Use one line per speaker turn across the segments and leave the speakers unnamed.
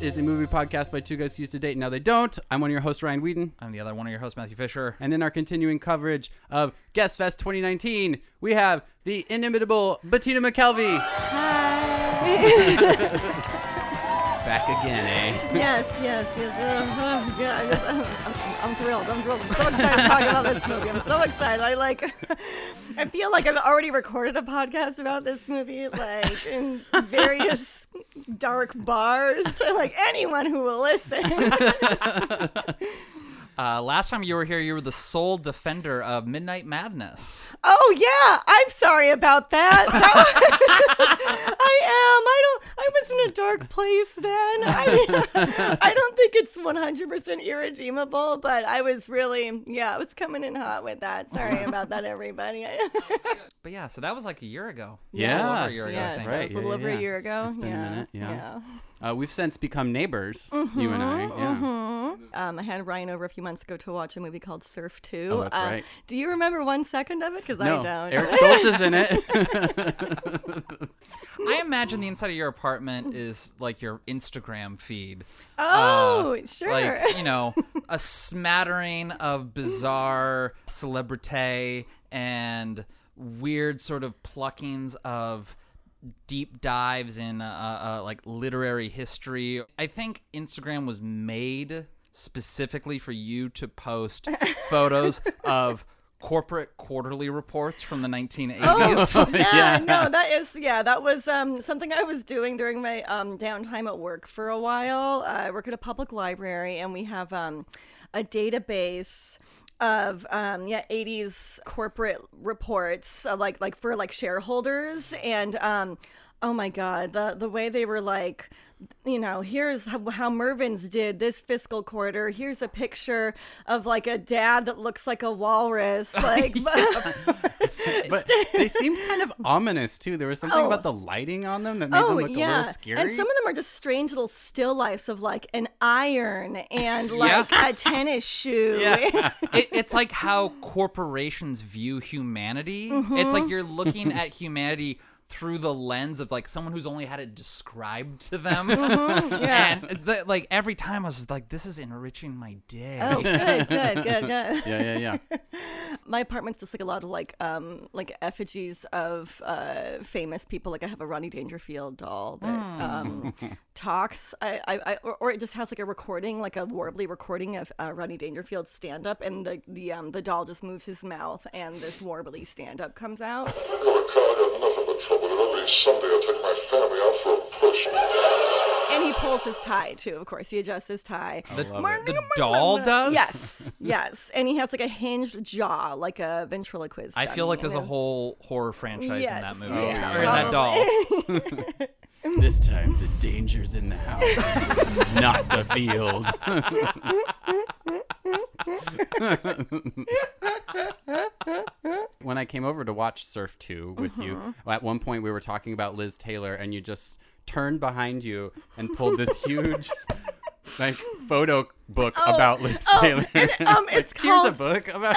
Disney movie podcast by two guys who used to date and now they don't. I'm one of your hosts, Ryan Whedon.
I'm the other one of your hosts, Matthew Fisher.
And in our continuing coverage of Guest Fest 2019, we have the inimitable Bettina McKelvey. Hi. Back again, eh?
Yes, yes, yes. Oh, oh, God, yes, I'm, I'm, I'm thrilled. I'm thrilled. I'm so excited to talk about this movie. I'm so excited. I like. I feel like I've already recorded a podcast about this movie, like in various dark bars to like anyone who will listen.
Uh, last time you were here, you were the sole defender of Midnight Madness.
Oh yeah, I'm sorry about that. That was- I am. I don't. I was in a dark place then. I, I don't think it's 100% irredeemable, but I was really, yeah, I was coming in hot with that. Sorry about that, everybody.
But yeah, so that was like a year ago.
Yeah.
A little over a year ago,
yeah,
I
so
think.
right.
it was a
Yeah,
little over
yeah.
a year ago.
It's been a
yeah.
minute, yeah. Uh, we've since become neighbors, you
Mm-hmm.
and I. Yeah.
yeah. Um, I had Ryan over a few months ago to watch a movie called Surf 2.
Oh, that's
Uh,
right.
Do you remember one second of it? Because
No,
I don't.
Eric Stoltz is in it.
I imagine the inside of your apartment is like your Instagram feed.
oh,
Uh,
sure.
Like, you know, a smattering of bizarre celebrity and weird sort of pluckings of deep dives in uh, uh, like literary history. I think Instagram was made specifically for you to post photos of corporate quarterly reports from the 1980s.
Oh. yeah, no, that is yeah, that was um, something I was doing during my um, downtime at work for a while. Uh, I work at a public library, and we have um, a database of um, yeah, 80s corporate reports, uh, like like for like shareholders, and um, oh my god, the the way they were like you know, here's how, how Mervin's did this fiscal quarter. Here's a picture of like a dad that looks like a walrus. Like,
but they seem kind of ominous too. There was something
Oh.
about the lighting on them that made them look a little scary.
And some of them are just strange little still lifes of like an iron and like a tennis shoe.
it, it's like how corporations view humanity. It's
Mm-hmm.
like you're looking at humanity through the lens of like someone who's only had it described to them.
Mm-hmm. yeah.
And the, like every time I was just like, this is enriching my day.
Oh, good, good, good, good.
yeah, yeah, yeah.
My apartment's just like a lot of like um like effigies of uh famous people. Like I have a Ronnie Dangerfield doll that
Hmm.
um talks. I, I, I or, or it just has like a recording, like a warbly recording of uh, Ronnie Dangerfield's stand up, and the the um the doll just moves his mouth, and this warbly stand up comes out.
I never cried, I have nothing but trouble, and only someday I'll take my family out for a push.
And he pulls his tie too, of course. He adjusts his tie. Oh,
The, the doll does?
Yes, yes. And he has like a hinged jaw, like a ventriloquist.
I feel
dummy.
like there's a
And
whole horror franchise in
Yes,
that movie.
yeah,
or in that doll.
This time the danger's in the house, not the field. when I came over to watch Surf 2 with you,
Mm-hmm.
at one point we were talking about Liz Taylor and you just turned behind you and pulled this huge like photo book about Liz Taylor.
Oh, and, um, it's
Here's a
called-
book about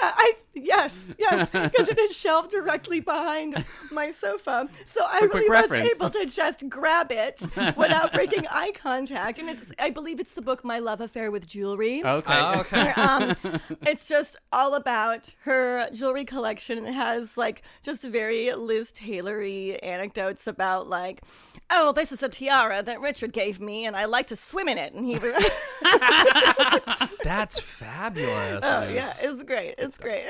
yeah, I yes, yes, because it is shelved directly behind my sofa, so I
For quick
really was
reference.
able to just grab it without breaking eye contact. And it's, I believe it's the book "My Love Affair with Jewelry."
Okay.
Oh, okay.
Where, um, it's just all about her jewelry collection. and It has like just very Liz Taylory anecdotes about like, oh, this is a tiara that Richard gave me, and I like to swim in it. And he, re-
That's fabulous.
oh yeah, it's great, it's great.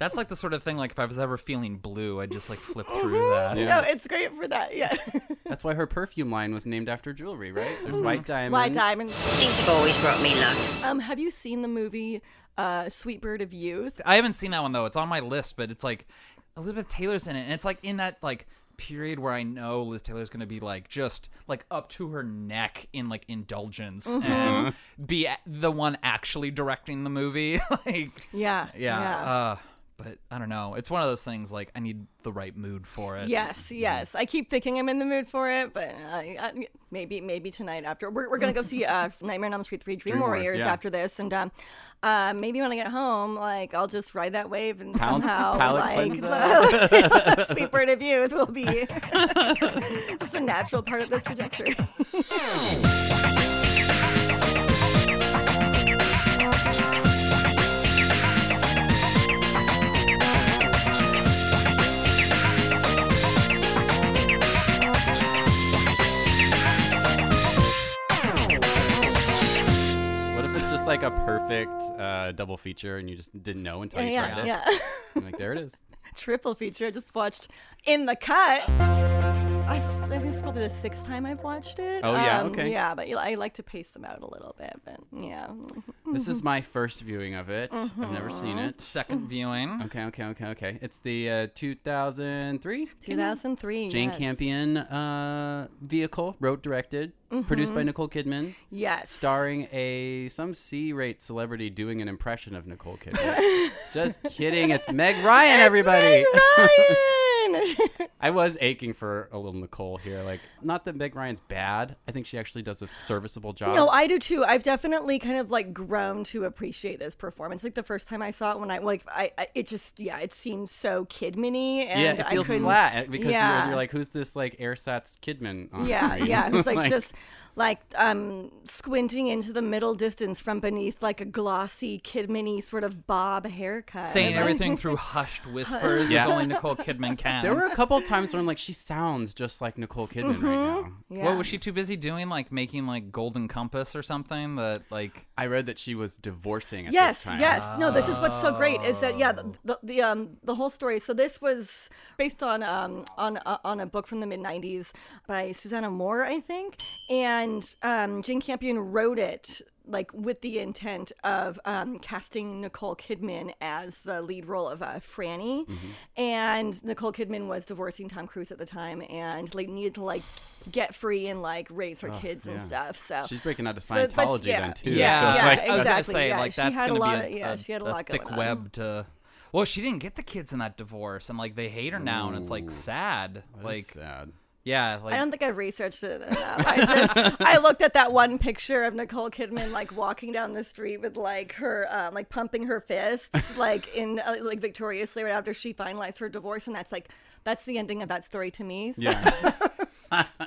That's like the sort of thing like if I was ever feeling blue, I'd just like flip through that.
No, it's great for that. Yeah,
That's why her perfume line was named after jewelry, right?
Mm-hmm.
There's white diamonds.
why diamond?
These have always brought me luck.
Um, have you seen the movie uh, Sweet Bird of Youth?
I haven't seen that one though. It's on my list, but it's like Elizabeth Taylor's in it, and it's like in that like period where I know Liz Taylor's gonna be like just like up to her neck in like indulgence
Mm-hmm.
and be a- the one actually directing the movie. like,
Yeah,
yeah. Uh, but but I don't know. It's one of those things like I need the right mood for it.
Yes, yes. I keep thinking I'm in the mood for it, but I, I, maybe maybe tonight after we're, we're gonna go see uh, Nightmare on Elm Street three Dream,
Dream Warriors,
Warriors
yeah.
after this, and um, uh, maybe when I get home, like I'll just ride that wave and
Pal-
somehow
palate
like the sweet bird of youth will be just a natural part of this trajectory.
What if it's just like a perfect uh, double feature and you just didn't know until you tried
yeah,
it?
yeah.
You're like there it is.
Triple feature. I just watched in the cut. I I think this will be the sixth time I've watched it. Um,
Oh, yeah, okay.
Yeah, but you- I like to pace them out a little bit. But yeah,
This
Mm-hmm.
is my first viewing of it. I've never seen it.
2nd viewing.
Mm. Okay, okay, okay, okay. It's the uh, 2003
2003.
Jane
yes.
Campion uh, vehicle, wrote, directed, produced
Mm-hmm.
by Nicole Kidman,
Yes.
starring a some C-rate celebrity doing an impression of Nicole Kidman. Just kidding. It's Meg Ryan, everybody.
Ryan.
I was aching for a little Nicole here. Like, not that Meg Ryan's bad. I think she actually does a serviceable job.
no, I do too. I've definitely kind of like grown to appreciate this performance. Like the first time I saw it, when I like, I, I it just yeah, it seemed so Kidmany, and
yeah, it
I
feels
couldn't.
flat eh, because
yeah.
you're, you're like, who's this like ersatz Kidman on
Yeah,
screen?
yeah. It was like, just like um squinting into the middle distance from beneath like a glossy Kidmany sort of bob haircut.
Saying everything through hushed whispers
Yeah.
as only Nicole Kidman can.
There were a couple times where I'm like, she sounds just like Nicole Kidman right now.
Yeah.
What was she too busy doing? Like making like Golden Compass or something that like
I read that she was divorcing at
yes
this time. Oh.
yes no this is what's so great is that yeah the, the, the um the whole story so this was based on um on uh, on a book from the mid 90s by susanna moore i think and um jane campion wrote it like with the intent of um, casting Nicole Kidman as the lead role of uh, Franny,
Mm-hmm.
and Nicole Kidman was divorcing Tom Cruise at the time, and like needed to like get free and like raise her kids and
Oh, yeah.
stuff. So
She's breaking out of
but
Scientology
yeah.
then too.
Yeah,
so,
yeah,
like,
I was gonna
exactly,
say,
yeah.
like
She
that's
had a
gonna
lot
be
of-
a,
yeah,
a-
she had a
a
lot
thick
going on.
web to. Well, she didn't get the kids in that divorce, and like they hate her now, and it's like sad.
like
Like
sad.
yeah, like
I don't think I researched it enough. I just I looked at that one picture of Nicole Kidman like walking down the street with like her um, like pumping her fists like in uh, like victoriously right after she finalized her divorce, and that's like that's the ending of that story to me. So-
Yeah.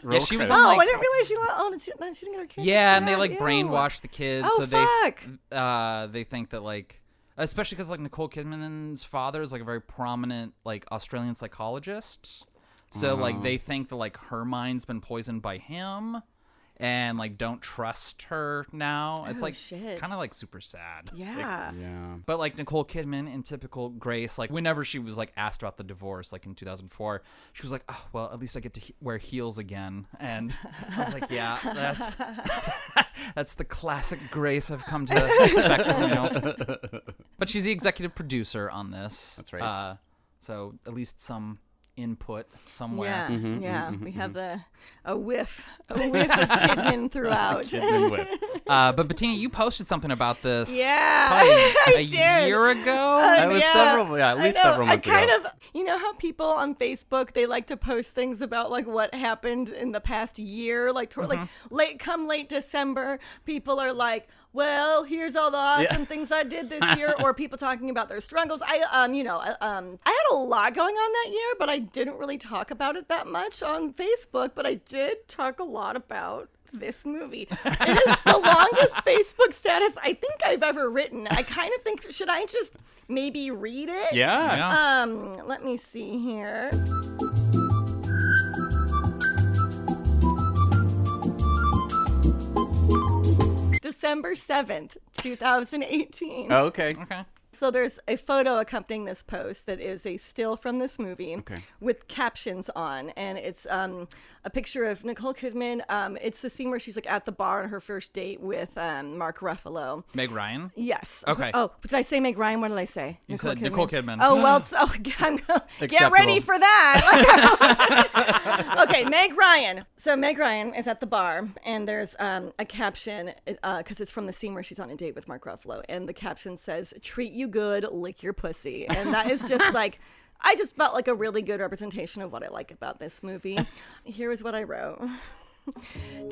yeah, she was
Roll
on,
Oh,
like
I didn't realize she. lo- Oh, she, no, she didn't get her kids.
yeah, and they like
ew.
brainwash the kids,
Oh,
so
fuck.
they uh they think that like especially because like Nicole Kidman's father is like a very prominent like Australian psychologist, so
Uh-huh.
like they think that like her mind's been poisoned by him. And like, don't trust her now. It's
Oh,
like
shit.
kind of like super sad.
Yeah.
yeah.
But like Nicole Kidman in typical Grace, like whenever she was like asked about the divorce, like in 2004, she was like, "Oh well, at least I get to he- wear heels again." And I was like, "Yeah, that's that's the classic Grace I've come to expect from you." But she's the executive producer on this.
That's right.
Uh, so at least some input somewhere.
Mm-hmm,
Yeah, yeah, we have the a whiff, a whiff of Kidman throughout.
Kidman whip.
Uh, but Bettina, you posted something about this.
Yeah,
probably
I
a
did. Uh,
year ago.
That was
yeah.
several- yeah, at least
I know.
several months
I kind
ago.
of, you know how people on Facebook they like to post things about like what happened in the past year, like toward, like late come late December, people are like, well, here's all the awesome things I did this year, or people talking about their struggles. I um, you know, I, um, I had a lot going on that year, but I didn't really talk about it that much on Facebook, but I did talk a lot about. This movie. It is the longest Facebook status I think I've ever written. I kind of think, should I just maybe read it?
Yeah.
Yeah.
Um, let me see here. December 7th, 2018.
Oh, okay.
okay.
So there's a photo accompanying this post that is a still from this movie
Okay.
with captions on, and it's um, a picture of Nicole Kidman. Um, it's the scene where she's like at the bar on her first date with um, Mark Ruffalo.
Meg Ryan.
Yes.
Okay.
Oh, did I say Meg Ryan? What did I say?
You said Nicole Kidman. Hmm.
Oh well. it's- Oh, I'm gonna- get ready
Acceptable.
for that. okay, Meg Ryan. So Meg Ryan is at the bar, and there's um, a caption because it's from the scene where she's on a date with Mark Ruffalo, and the caption says, "Treat you good, lick your pussy," and that is just like. I just felt like a really good representation of what I like about this movie. Here is what I wrote.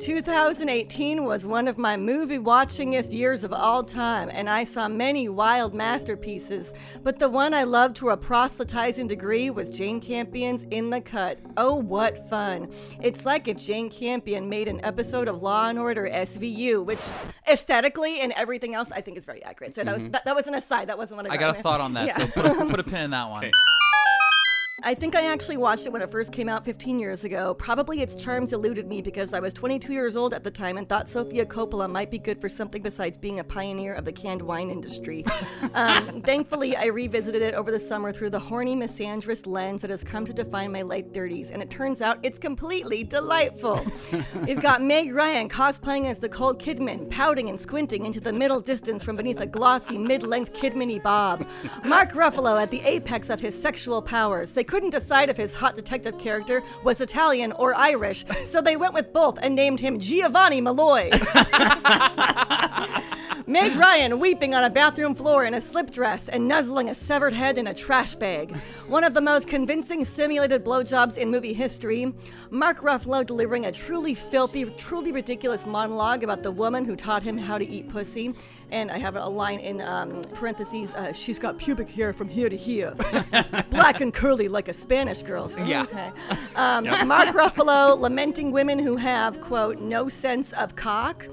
2018 was one of my movie watchingest years of all time, and I saw many wild masterpieces. But the one I loved to a proselytizing degree was Jane Campion's In the Cut. Oh, what fun! It's like if Jane Campion made an episode of Law and Order SVU, which aesthetically and everything else I think is very accurate. So that was that, that was an aside. That wasn't what I,
Mm-hmm. I got a
there.
thought on that,
Yeah.
so put a, put a pin in that one.
I think I actually watched it when it first came out 15 years ago. Probably its charms eluded me because I was 22 years old at the time and thought Sofia Coppola might be good for something besides being a pioneer of the canned wine industry. um, thankfully, I revisited it over the summer through the horny misandrist lens that has come to define my late 30s, and it turns out it's completely delightful. You've got Meg Ryan cosplaying as Nicole Kidman, pouting and squinting into the middle distance from beneath a glossy mid-length Kidmany bob. Mark Ruffalo at the apex of his sexual powers. They couldn't decide if his hot detective character was Italian or Irish, so they went with both and named him Giovanni Malloy. Meg Ryan weeping on a bathroom floor in a slip dress and nuzzling a severed head in a trash bag. One of the most convincing simulated blowjobs in movie history. Mark Ruffalo delivering a truly filthy, truly ridiculous monologue about the woman who taught him how to eat pussy. And I have a line in um, parentheses uh, she's got pubic hair from here to here. Black and curly like a Spanish girl's.
Yeah.
Okay. Um, Mark Ruffalo lamenting women who have, quote, no sense of cock.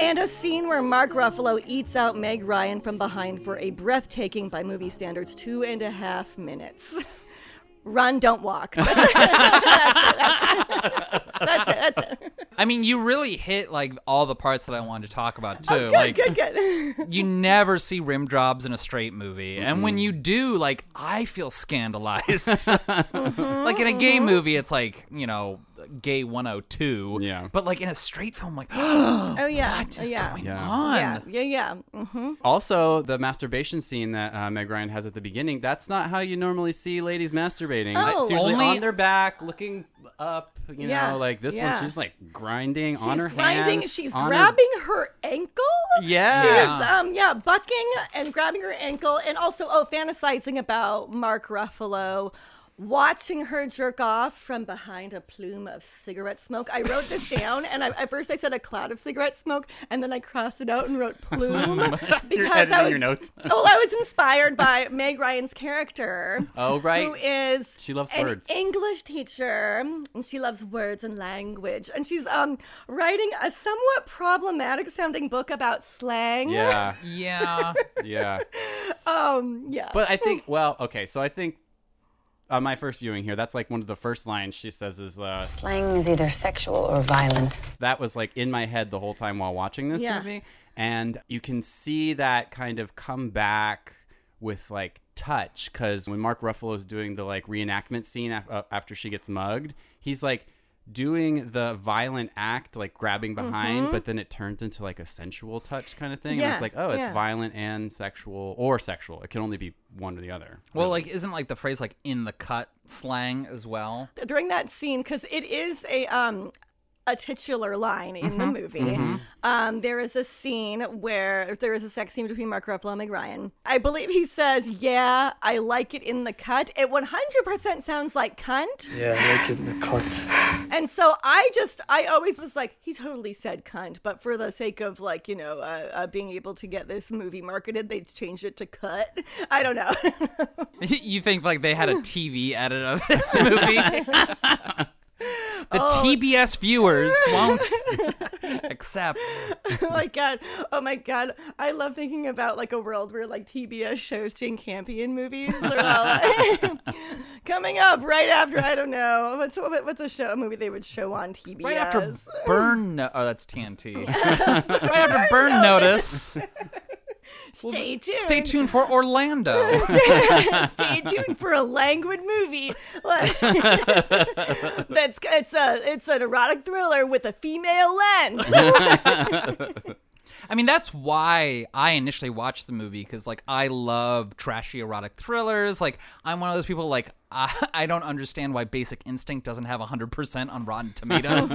And a scene where Mark Ruffalo eats out Meg Ryan from behind for a breathtaking, by movie standards, two and a half minutes. Run, don't walk. That's it. That's it. That's it.
I mean, you really hit like all the parts that I wanted to talk about too.
Good,
like
good, good.
you never see rim jobs in a straight movie, and when you do, like I feel scandalized. like in a gay
mm-hmm.
movie, it's like you know, gay 102.
Yeah.
But like in a straight film, like
Oh, yeah. oh, yeah.
Yeah.
on.
yeah. Yeah, yeah. Mhm.
Also, the masturbation scene that uh, Meg Ryan has at the beginning, that's not how you normally see ladies masturbating.
Oh.
it's usually
Only-
on their back, looking up, you
Yeah,
know, like this
yeah.
one, she's like grinding on
she's
her
grinding.
hand.
She's
on her-
grabbing her, ankle.
Yeah.
She is, um, yeah, bucking and grabbing her ankle, and also oh, fantasizing about Mark Ruffalo. Watching her jerk off from behind a plume of cigarette smoke. I wrote this down, and I, at first I said a cloud of cigarette smoke, and then I crossed it out and wrote plume because
editing
I was
your notes.
well, I was inspired by Meg Ryan's character.
Oh, right.
who is
She loves
an
words.
English teacher, and she loves words and language, and she's um writing a somewhat problematic sounding book about slang.
Yeah,
Yeah.
yeah.
Um. Yeah.
But I think, well, okay, so I think on my first viewing here, that's like one of the first lines she says is, uh,
Slang is either sexual or violent.
that was like in my head the whole time while watching this
Yeah.
movie. And you can see that kind of come back with like touch because when Mark Ruffalo is doing the like reenactment scene af- uh, after she gets mugged, he's like doing the violent act, like grabbing
Mm-hmm.
behind, but then it turns into like a sensual touch kind of thing. And
Yeah,
it's like, oh, it's
yeah.
violent and sexual or sexual. It can only be one or the other.
Well, like isn't like the phrase like in the cut slang as well?
during that scene because it is a um a titular line in the movie. Um, there is a scene where there is a sex scene between Mark Ruffalo and Meg Ryan. I believe he says, "Yeah, I like it in the cut." It 100% sounds like cunt.
Yeah, like in the cut.
And so I just, I always was like, he totally said cunt, but for the sake of like, you know, uh, uh, being able to get this movie marketed, they changed it to cut. I don't know.
you think like they had a TV edit of this movie? the TBS viewers won't accept.
oh my God. Oh my God. I love thinking about like a world where like TBS shows Jane Campion movies. They're all, like, coming up right after, I don't know. What's, what, what's a show, a movie they would show on TBS?
Right after Burn, no- oh that's TNT. right after Burn Notice,
Stay tuned.
Stay tuned for Orlando.
Stay tuned for a languid movie. That's it's a it's an erotic thriller with a female lens.
I mean, that's why I initially watched the movie because, like, I love trashy erotic thrillers. Like, I'm one of those people, like, I, I don't understand why Basic Instinct doesn't have 100% on Rotten Tomatoes.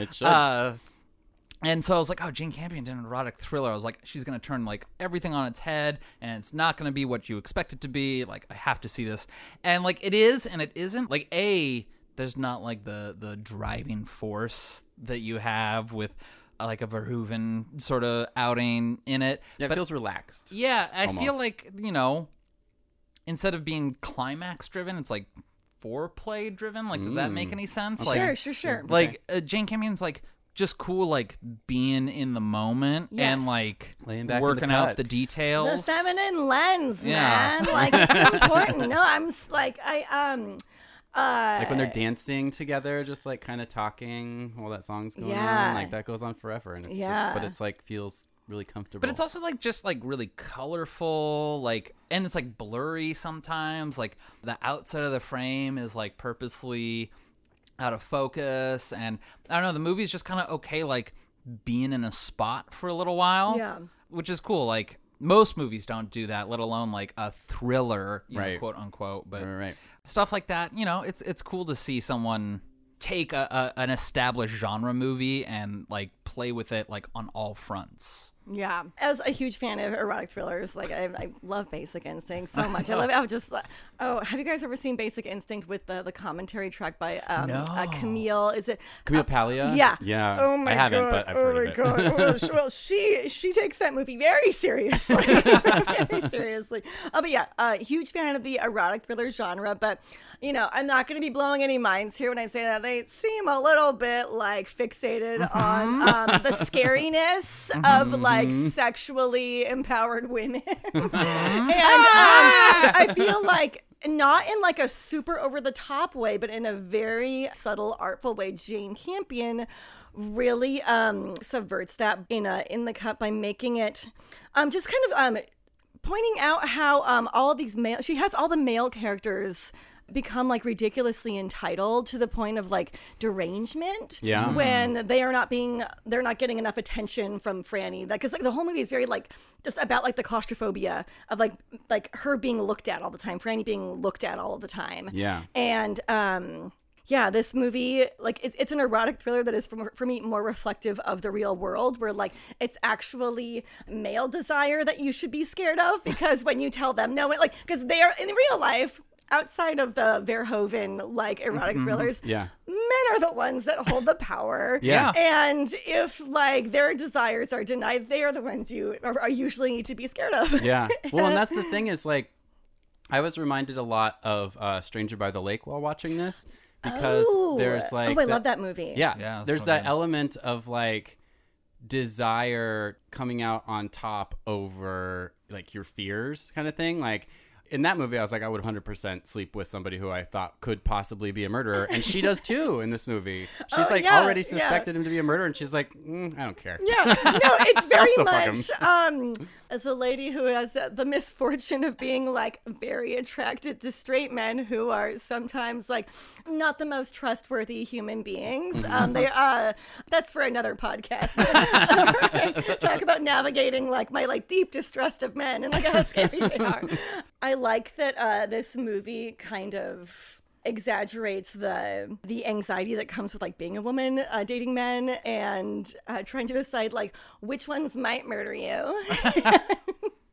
It should.
and so I was like, oh, Jane Campion did an erotic thriller. I was like, she's going to turn, like, everything on its head and it's not going to be what you expect it to be. Like, I have to see this. And, like, it is and it isn't. Like, A, there's not, like, the, the driving force that you have with. uh, Like a Verhoeven sort of outing in it,
yeah, it
but
feels relaxed.
Yeah, I feel
Almost.
like you know, instead of being climax driven, it's like foreplay driven. Like, does that
Mm,
make any sense? Like,
Sure, sure, sure.
Like uh, Jane Campion's like just cool, like being in the moment and
Yes.
like
Laying back in the
working out
cut.
the
the
details.
feminine lens,
Yeah.
man. Like it's important. No, I'm s- like I um uh
Like when they're dancing together, just like kind of talking while that song's going
Yeah.
on. Like that goes on forever, and it's
Yeah.
just, but it's like feels really comfortable.
But it's also like just like really colorful, like and it's like blurry sometimes. Like the outside of the frame is like purposely out of focus, and I don't know. The movie's just kind of okay, like being in a spot for a little while,
Yeah.
which is cool. Like most movies don't do that, let alone like a thriller, you know,
Right.
quote unquote. But
All right.
stuff like that. You know, it's it's cool to see someone take a, a an established genre movie and like play with it like on all fronts.
Yeah, as a huge fan of erotic thrillers, like I, I love Basic Instinct so much. I love. I'm just. uh, Oh, have you guys ever seen Basic Instinct with the, the commentary track by um, uh, Camille? Is it
Camille Paglia.
Uh, Yeah.
Yeah.
Oh my
I haven't,
god.
but I've
oh
heard
my
of it.
god. Well, sh- well, she she takes that movie very seriously. very seriously. Uh, but yeah, uh, huge fan of the erotic thriller genre. But you know, I'm not going to be blowing any minds here when I say that they seem a little bit like fixated on um, the scariness of like
Mm-hmm.
sexually empowered women, and um, I feel like not in like a super over the top way, but in a very subtle, artful way. Jane Campion really um, subverts that in a, in the cup by making it um, just kind of um, pointing out how um, all these male she has all the male characters become like ridiculously entitled to the point of like derangement
Yeah.
when they are not being they're not getting enough attention from Franny that cuz like the whole movie is very like just about like the claustrophobia of like like her being looked at all the time Franny being looked at all the time
Yeah.
and um yeah, this movie, like, it's, it's an erotic thriller that is, for, for me, more reflective of the real world, where, like, it's actually male desire that you should be scared of because when you tell them no, it, like, because they are in real life, outside of the Verhoeven, like, erotic thrillers,
Mm-hmm, Yeah.
men are the ones that hold the power.
Yeah.
And if, like, their desires are denied, they are the ones you are, are usually need to be scared of.
Yeah. Well, and that's the thing is like, I was reminded a lot of uh, Stranger by the Lake while watching this because
Ooh.
there's like.
oh, I
the-
love that movie.
Yeah.
Yeah, that's
there's
what I
that
mean.
element of like desire coming out on top over like your fears kind of thing. Like in that movie, I was like, I would 100% sleep with somebody who I thought could possibly be a murderer. And she does too in this movie. She's like
Oh, yeah,
already
yeah.
suspected him to be a murderer. And she's like, mm, I don't care.
Yeah, no, it's very
the
much um, as a lady who has uh, the misfortune of being like very attracted to straight men who are sometimes like not the most trustworthy human beings. Um, they uh, that's for another podcast. Talk about navigating like my like deep distrust of men and like how scary they are. I like that uh, this movie kind of exaggerates the the anxiety that comes with like being a woman uh, dating men and uh, trying to decide like which ones might murder you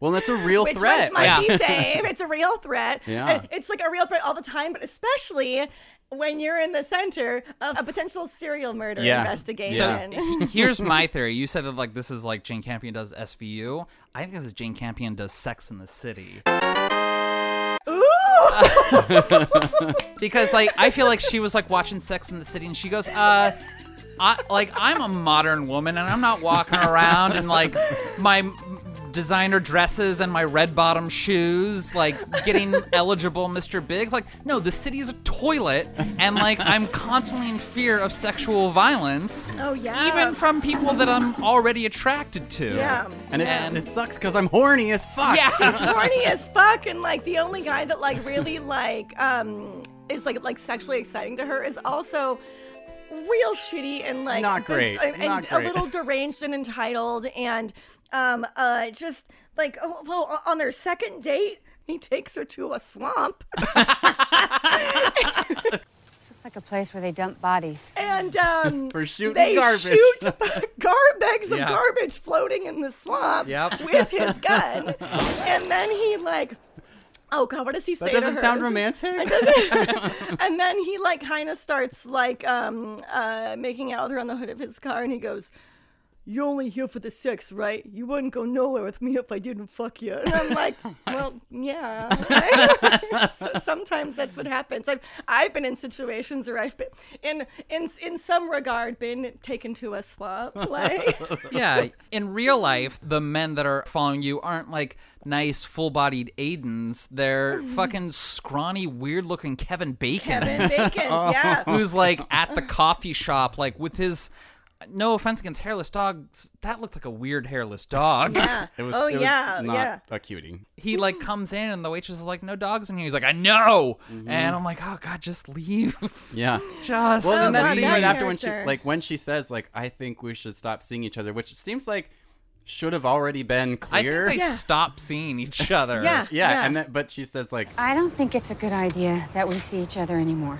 Well, that's a real
which
threat.
ones might
Yeah.
be safe it's a real threat
Yeah.
And it's like a real threat all the time but especially when you're in the center of a potential serial murder
Yeah.
investigation
He- Here's my theory. You said that like this is like Jane Campion does SVU. I think this is Jane Campion does Sex in the City. because like I feel like she was like watching Sex in the City and she goes, uh I, like I'm a modern woman and I'm not walking around in like my m- designer dresses and my red bottom shoes, like getting eligible Mr. Biggs. Like, no, the city is a toilet, and like I'm constantly in fear of sexual violence.
Oh, yeah.
Even from people that I'm already attracted to.
Yeah.
And it,
And-
it sucks because I'm horny as fuck.
Yeah.
horny as fuck and like the only guy that like really like um is like like sexually exciting to her is also real shitty and like
Not
bes-
great.
and, and
Not
a
great.
little deranged and entitled and um uh just like oh, well on their second date he takes her to a swamp
This looks like a place where they dump bodies.
and um
For shooting
they
garbage.
shoot gar- bags of
Yeah.
garbage floating in the swamp
Yep.
with his gun and then he like oh god what does he say
That
to
doesn't
her?
sound romantic.
and then he like kind of starts like um uh making out with her on the hood of his car and he goes you're only here for the sex, right? You wouldn't go nowhere with me if I didn't fuck you. And I'm like, well, yeah. So sometimes that's what happens. I've I've been in situations where I've been in in in some regard been taken to a swap. Like,
yeah. In real life, the men that are following you aren't like nice, full bodied Aidens. They're fucking scrawny, weird looking Kevin Bacon.
Kevin Bacon,
Oh.
yeah.
who's like at the coffee shop, like with his. No offense against hairless dogs, that looked like a weird hairless dog.
yeah.
It was,
oh
it was
yeah,
not
yeah.
a cutie.
He like comes in and the waitress is like, "No dogs in here." He's like, "I know,"
Mm-hmm.
and I'm like, "Oh God, just leave,
Yeah.
just."
Well,
Oh,
then that's
God,
the
that
right after when she
character.
like when she says like I think we should stop seeing each other, which seems like should have already been
I think
clear.
they
Yeah.
stop seeing each other.
Yeah.
yeah, and then but she says like
I don't think it's a good idea that we see each other anymore.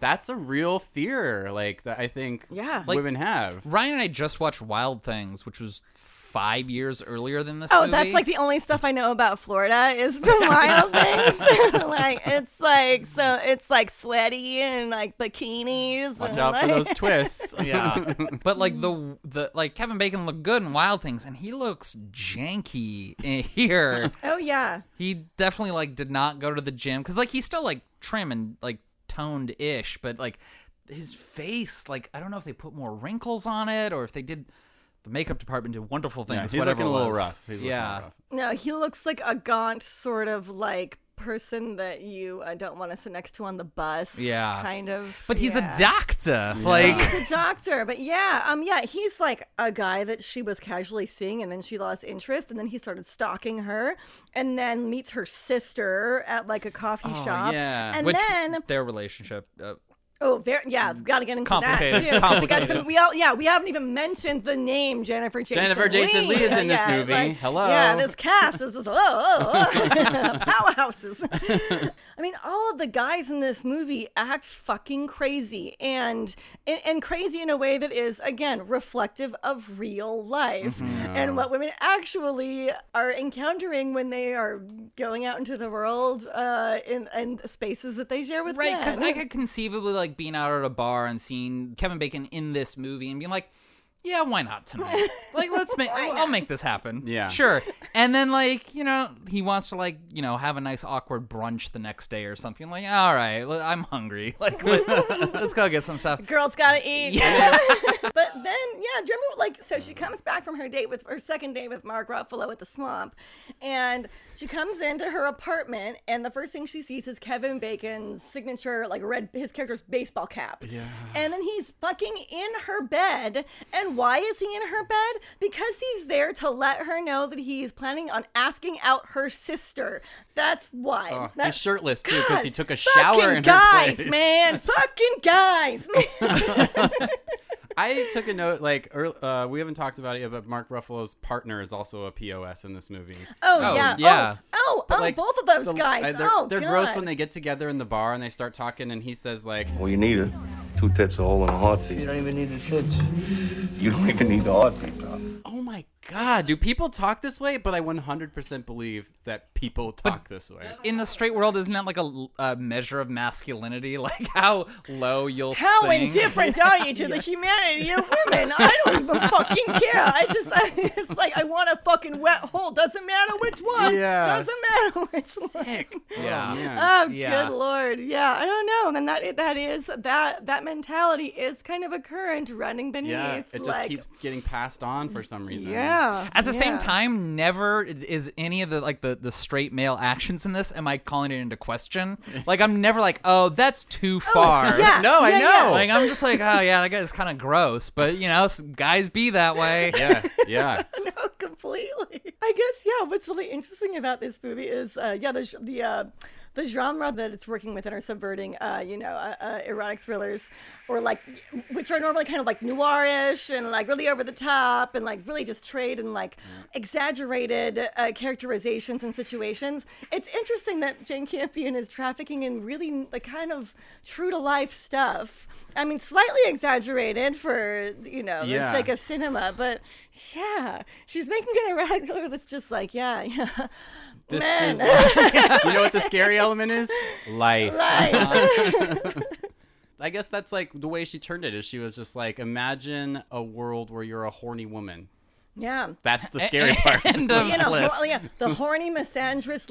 that's a real fear like that I think
Yeah. Like-
women have.
Ryan and I just watched Wild Things, which was five years earlier than this.
Oh,
movie.
that's like the only stuff I know about Florida is from Wild Things. like it's like so it's like sweaty and like bikinis.
Watch
and
out for
like-
those twists.
yeah. but like the the like Kevin Bacon looked good in Wild Things, and he looks janky in here.
Oh yeah,
he definitely like did not go to the gym because like he's still like trim and like toned ish but like his face like i don't know if they put more wrinkles on it or if they did the makeup department did wonderful things
Yeah, he's
whatever
looking a
it
little
was.
rough. He's looking a
yeah
little rough.
no, he looks like a gaunt sort of like person that you uh, don't want to sit next to on the bus.
Yeah.
kind of.
but he's
yeah.
a doctor like
He's a doctor, but yeah, um, yeah, he's like a guy that she was casually seeing, and then she lost interest, and then he started stalking her, and then meets her sister at like a coffee shop,
yeah.
and
which
then
their relationship uh,
Oh, very yeah.
Hmm.
We've got to get into that
Complicated.
too. 'cause We got
Complicated.
some. We all yeah. We haven't even mentioned the name Jennifer Jason.
Jennifer Jason
Leigh
Leigh is in this
Yeah,
movie.
like,
Hello.
Yeah, this cast is just oh, oh, oh. powerhouses. I mean, all of the guys in this movie act fucking crazy and and, and crazy in a way that is again reflective of real life
Mm-hmm.
and what women actually are encountering when they are going out into the world uh, in in spaces that they share with
Right, because
men.
I could conceivably like being out at a bar and seeing Kevin Bacon in this movie and being like, yeah, why not tonight? like, let's make, I'll I'll make this happen.
Yeah.
sure. And then like, you know, he wants to like, you know, have a nice awkward brunch the next day or something. Like, all right, l- I'm hungry. Like, let's let's go get some stuff.
girls gotta eat. but then, yeah, do you remember like so she comes back from her date with her second date with Mark Ruffalo at the swamp, and she comes into her apartment, and the first thing she sees is Kevin Bacon's signature, like red his character's baseball cap. Yeah. And then he's fucking in her bed. And why is he in her bed? Because he's there to let her know that he's planning on asking out her sister. That's why.
Oh, he's
That's-
shirtless too because he
God,
took a shower
fucking
in her
guys,
place.
man. fucking guys, man.
I took a note like earl- uh, we haven't talked about it yet, but Mark Ruffalo's partner is also a POS in this movie.
Oh,
Oh,
yeah.
yeah.
Oh, oh,
But, like,
both of those
the-
guys.
uh, They're,
oh,
they're
God.
gross when they get together in the bar and they start talking, and he says like,
Well, you need it. Two tits, a hole, and a heartbeat. You don't even need the tits. You don't even need the heartbeat, pal.
"Oh my God, do people talk this way?" But I 100% believe that people talk this way.
In the straight world, isn't that like a, l- a measure of masculinity? Like how low you'll
How
sing?
indifferent are you to the humanity of women? I don't even fucking care. I just, I, it's like I want a fucking wet hole. Doesn't matter which one.
Yeah.
Doesn't matter which one.
Yeah.
Oh,
Yeah.
good lord. Yeah, I don't know. And that that is that that mentality is kind of a current running beneath.
Yeah, it just
like,
keeps getting passed on for some reason.
Yeah,
At the
yeah.
same time, never is any of the like the the straight male actions in this. Am I calling it into question? Like I'm never like, oh, that's too far.
yeah.
No, I know.
Like I'm just like, oh yeah, that guy's kind of gross, but you know, s- guys be that way.
yeah, yeah.
No, completely. I guess yeah. What's really interesting about this movie is uh, yeah the the uh, the genre that it's working with and are subverting uh, you know uh, uh, erotic thrillers or like which are normally kind of like noirish and like really over the top and like really just trade and like exaggerated uh, characterizations and situations. It's interesting that Jane Campion is trafficking in really the kind of true to life stuff. I mean, slightly exaggerated for you know
Yeah.
the sake of cinema, but yeah, she's making an erratic order that's just like, yeah, yeah,
This
man,
is- you know what the scary element is? Life.
life.
I guess that's like the way she turned it is she was just like, imagine a world where you're a horny woman.
yeah.
That's the scary part.
End of
You know, hor-
list.
yeah, the horny misandrist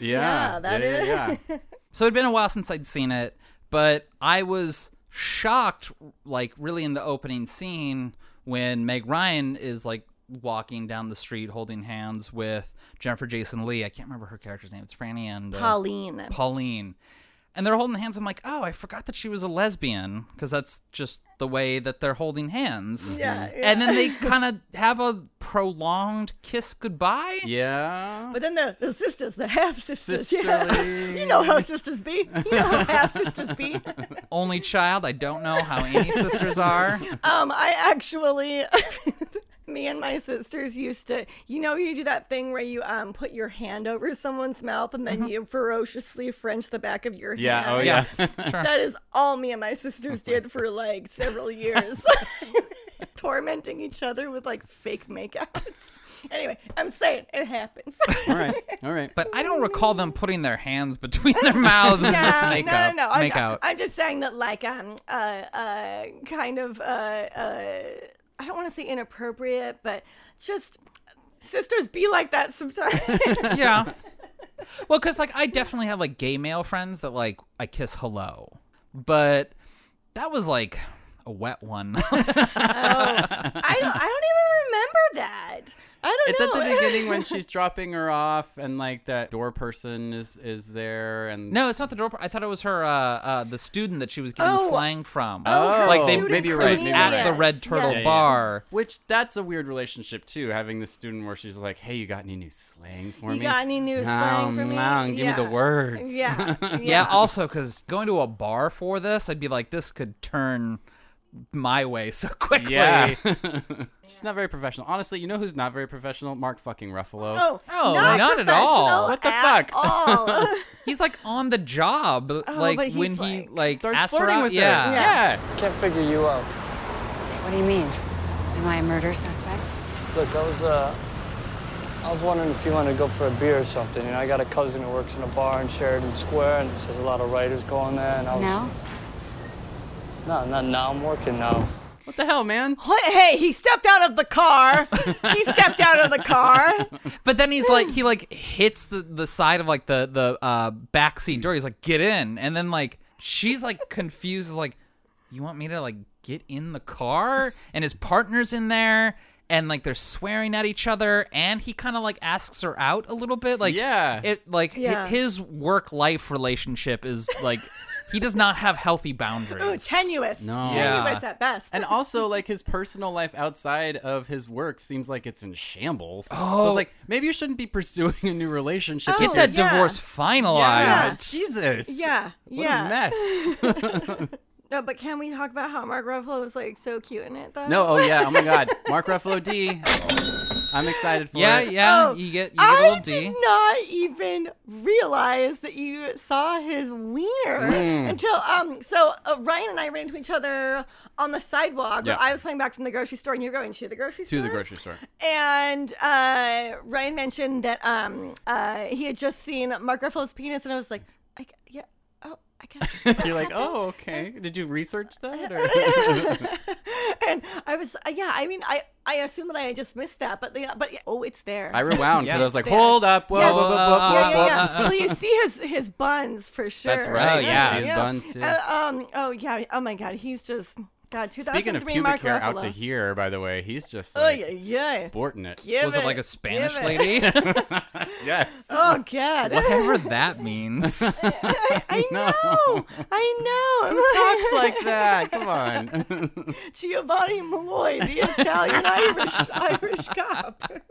Yeah,
Yeah, that
yeah,
is.
yeah, yeah.
So it'd been a while since I'd seen it, but I was shocked, like really in the opening scene when Meg Ryan is like walking down the street holding hands with Jennifer Jason Lee. I can't remember her character's name. It's Franny and uh,
Pauline.
Pauline. And they're holding hands. I'm like, oh, I forgot that she was a lesbian because that's just the way that they're holding hands.
Yeah, yeah.
And then they kind of have a prolonged kiss goodbye.
Yeah.
But then the, the sisters, the half sisters, yeah.
Sisterly.
You know how sisters be. You know how half sisters be.
Only child. I don't know how any sisters are.
Um, I actually, me and my sisters used to, you know, you do that thing where you um put your hand over someone's mouth and then you ferociously French the back of your
Mm-hmm. Yeah,
hand.
oh yeah.
That is all me and my sisters
Oh
did for like several years, tormenting each other with like fake makeouts. Anyway, I'm saying it happens.
all right. All right.
But I don't recall them putting their hands between their mouths in this
no, no,
makeup.
no, I'm,
make out.
I'm just saying that, like, um, uh, uh, kind of, uh, uh, I don't want to say inappropriate, but just sisters be like that sometimes.
yeah. Well, because like I definitely have like gay male friends that like I kiss hello, but that was like a wet one.
I don't, I don't even remember that. I don't
It's at
know.
the beginning when she's dropping her off and like that door person is is there and
no, it's not the door. I thought it was her, uh, uh, the student that she was getting
Oh.
slang from.
her
like they
student
maybe
you're
it was
maybe you're
at
right.
the Red
Yes,
Turtle
yes.
bar.
Which that's a weird relationship too, having this student where she's like, "Hey, you got any new slang for
You
me?
got any new slang for
Um,
me?
um, give me
Yeah.
the words."
Yeah. Yeah.
Yeah. also, because going to a bar for this, I'd be like, this could turn my way so quickly.
Yeah. she's not very professional. Honestly, you know who's not very professional? Mark fucking Ruffalo.
Oh,
Oh,
not,
not at all.
professional
What the
at
fuck?
all.
He's like on the job, like
but he's
when he
like-
like
Starts
asks her
flirting
out-
with
yeah.
her. Yeah.
Can't figure you out.
What do you mean? Am I a murder suspect?
Look, I was uh, I was wondering if you wanted to go for a beer or something. You know, I got a cousin who works in a bar in Sheridan Square, and says a lot of writers go in there. And I was
No?
no, not now. I'm working now.
What the hell, man?
What- Hey, he stepped out of the car. he stepped out of the car.
But then he's like, he like hits the the side of like the the uh, backseat door. He's like, get in, and then like she's like confused, is like, you want me to like get in the car? And his partner's in there, and like they're swearing at each other, and he kind of like asks her out a little bit, like
Yeah.
it like hi-
Yeah.
his work life relationship is like. He does not have healthy boundaries.
Ooh, tenuous.
No.
Tenuous at best.
And also, like his personal life outside of his work seems like it's in shambles. Oh, so it's like maybe you shouldn't be pursuing a new relationship.
Get
Oh,
that
yeah.
divorce finalized.
yeah, Jesus.
yeah.
What
yeah.
a mess.
No, but can we talk about how Mark Ruffalo was like so cute in it though?
No, oh yeah, oh my God, Mark Ruffalo D. I'm excited for
Yeah,
it.
yeah.
Oh,
you get you get a
I
little D.
did not even realize that you saw his wiener
Mm.
until um. So uh, Ryan and I ran into each other on the sidewalk. where
Yeah.
I was coming back from the grocery store, and you were going to the grocery store.
To the grocery store.
And uh, Ryan mentioned that um, uh, he had just seen Mark Ruffalo's penis, and I was like, I, g- yeah, oh, I guess.
You're like, oh, okay. Did you research that? Or?
and I was, uh, yeah, I mean, I, I assume that I had just missed that, but the, but oh, it's there.
I rewound because
Yeah.
I was like, hold up, whoa,
Yeah.
whoa, whoa, whoa,
Uh,
whoa,
yeah, yeah,
whoa.
yeah. well, you see his his buns for sure.
That's right.
Oh, yeah.
You see his buns, too.
Uh, um. Oh yeah. Oh my God. He's just. God, 2003
Speaking of pubic
Mark
hair
Ruffalo. Oh,
out to here, by the way, he's just
Oy,
like,
oy, oy.
sporting it.
Give
Was it like a
give
Spanish
it.
lady?
Yes.
Oh God!
Whatever that means.
I know, I
Talks like that. Come on.
know. Giovanni Malloy, the Italian Irish Irish cop.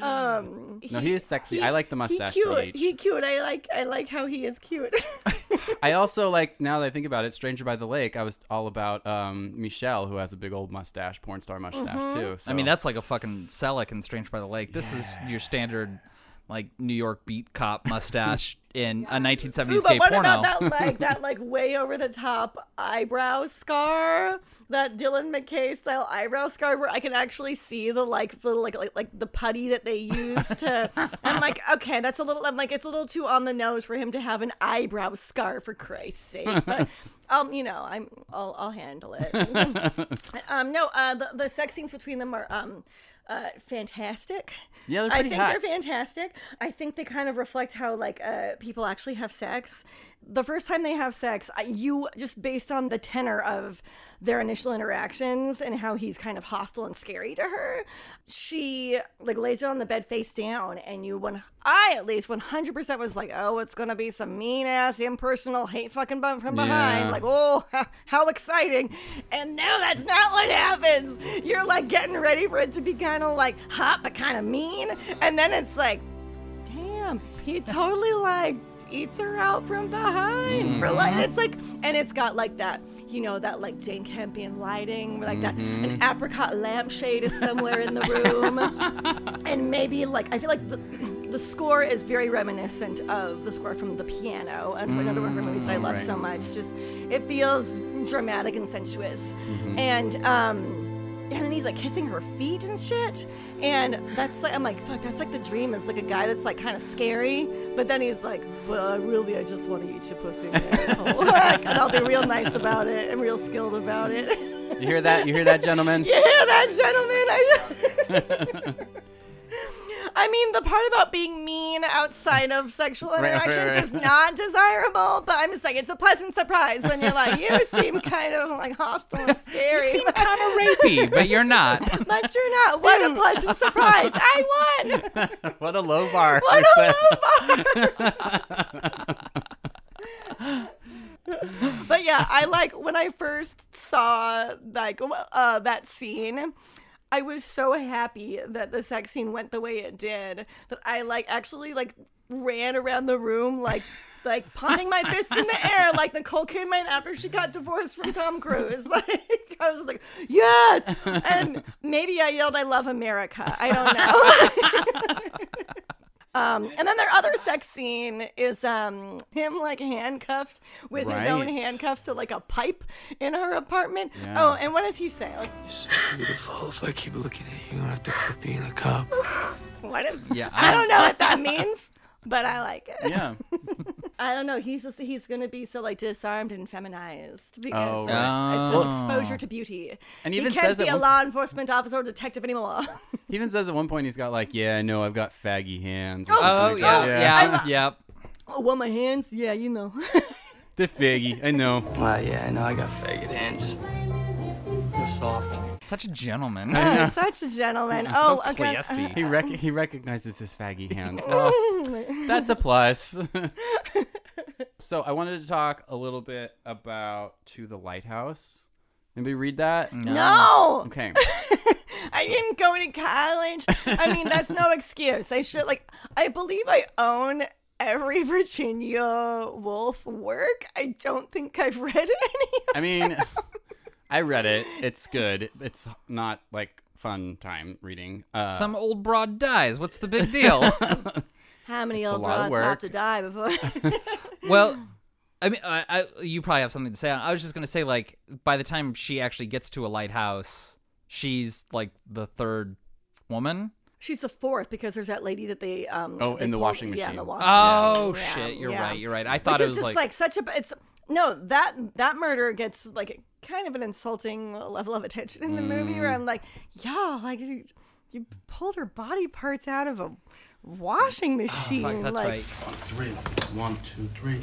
um,
No, he is sexy. I like the mustache.
He cute.
Jody.
He cute. I like. I like how he is cute.
I also like now that I think about it, Stranger by the Lake. I was all about um, Michelle, who has a big old mustache, porn star mustache
Mm-hmm.
too. So.
I mean, that's like a fucking Selleck in Strange by the Lake. This is your standard, like New York beat cop mustache in a 1970s
Ooh, but
gay
what
porno.
about that like that like way over the top eyebrow scar? That Dylan McKay style eyebrow scar where I can actually see the like the like like, like the putty that they use to I'm like, okay, that's a little I'm like it's a little too on the nose for him to have an eyebrow scar for Christ's sake. But um, you know, I'm I'll I'll handle it. um no, uh the, the sex scenes between them are um uh, fantastic.
Yeah, they're
I
pretty
think
hot.
they're fantastic. I think they kind of reflect how like uh, people actually have sex. The first time they have sex, I, you just based on the tenor of their initial interactions and how he's kind of hostile and scary to her, she like lays it on the bed face down, and you one I at least one hundred percent was like, oh, it's gonna be some mean ass impersonal hate fucking bump from behind,
Yeah.
like oh, how exciting. And no, that's not what happens. You're like getting ready for it to be kind of like hot, but kind of mean. And then it's like, damn, he totally like eats her out from behind for like, it's like, and it's got like that. You know that like Jane Campion lighting, like that an apricot lampshade is somewhere in the room and maybe like I feel like the, the score is very reminiscent of the score from The Piano and another one of her movies that I love so much. Just it feels dramatic and sensuous, and um. And then he's like kissing her feet and shit. And that's like, I'm like, fuck, that's like the dream. It's like a guy that's like kind of scary. But then he's like, but I really, I just want to eat your pussy. asshole." and I'll be real nice about it and real skilled about it.
you hear that? You hear that, gentlemen?
You hear that, gentlemen? I, I mean, the part about being mean outside of sexual
right,
interactions
right.
is not desirable, but I'm just like, it's a pleasant surprise when you're like, you seem kind of like hostile and scary. but,
kind of rapey, but you're not.
but you're not. What a pleasant surprise. I won.
what a low bar.
What a low bar. but yeah, I like when I first saw like w- uh, that scene. I was so happy that the sex scene went the way it did that I like actually like ran around the room like like pounding my fist in the air like Nicole Kidman after she got divorced from Tom Cruise. Like I was like, yes, and maybe I yelled, "I love America." I don't know. Um, and then their other sex scene is um, him like handcuffed with his own
Right.
handcuffs to like a pipe in her apartment.
Yeah.
Oh, and what does he say? Like,
Beautiful. If I keep looking at you, you don't have to quit being a cop.
what is?
Yeah,
I
I-
don't know what that means, but I like it.
Yeah.
I don't know. He's just, he's gonna be so like disarmed and feminized because
Oh,
of his- his
right.
exposure to beauty.
And
he
even
can't
says
be
at
a
one-
law enforcement officer or detective anymore.
He even says at one point he's got like, yeah, I know, I've got faggy hands. or something
Oh
like
yeah,
that.
yeah, yep.
oh, what my hands? Yeah, you know.
The faggy. I know.
Well, yeah, I know I got faggot hands. They're soft.
Such a gentleman.
Oh, such a gentleman. Oh, okay.
Classy.
He rec- he recognizes his faggy hands. Well, that's a plus. so I wanted to talk a little bit about to the lighthouse. Anybody read that?
No.
Okay.
I didn't go to college. I mean, that's no excuse. I should like. I believe I own every Virginia Woolf work. I don't think I've read any. Of
I mean, I read it. It's good. It's not like fun time reading. Uh,
Some old broad dies. What's the big deal?
How many
a
old
lot of
broads have
work.
to die before?
well, I mean, I, I, you probably have something to say. on it. I was just gonna say, like, by the time she actually gets to a lighthouse, she's like the third woman.
She's the fourth because there's that lady that they um.
Oh,
they
in the
pulled-
washing
Yeah, in the
machine.
washing
Oh
machine. Yeah,
shit! You're
yeah.
right. You're right. I
Which
thought it
is
was
just
like,
like, such a it's no that that murder gets like kind of an insulting level of attention in the movie
Mm.
where I'm like, y'all, like you, you pulled her body parts out of a washing machine.
fuck, Oh, that's
like
right.
Three. One, two, three.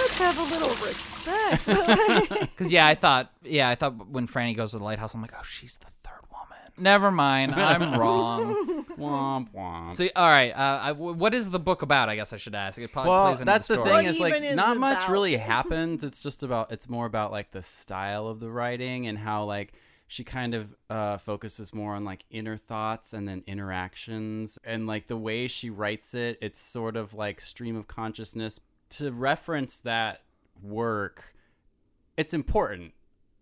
that's have a little respect.
Because yeah, I thought yeah, I thought when Franny goes to the lighthouse, I'm like, oh, she's the third woman. Never mind, I'm wrong.
Womp womp.
so all right, uh, I, what is the book about? I guess I should ask. It probably
well,
plays into
that's
the
the
story.
thing
What
is like
even is
not
it
much
about?
really happens. It's just about it's more about like the style of the writing and how like she kind of uh, focuses more on like inner thoughts and then interactions and like the way she writes it. It's sort of like stream of consciousness. To reference that work, it's important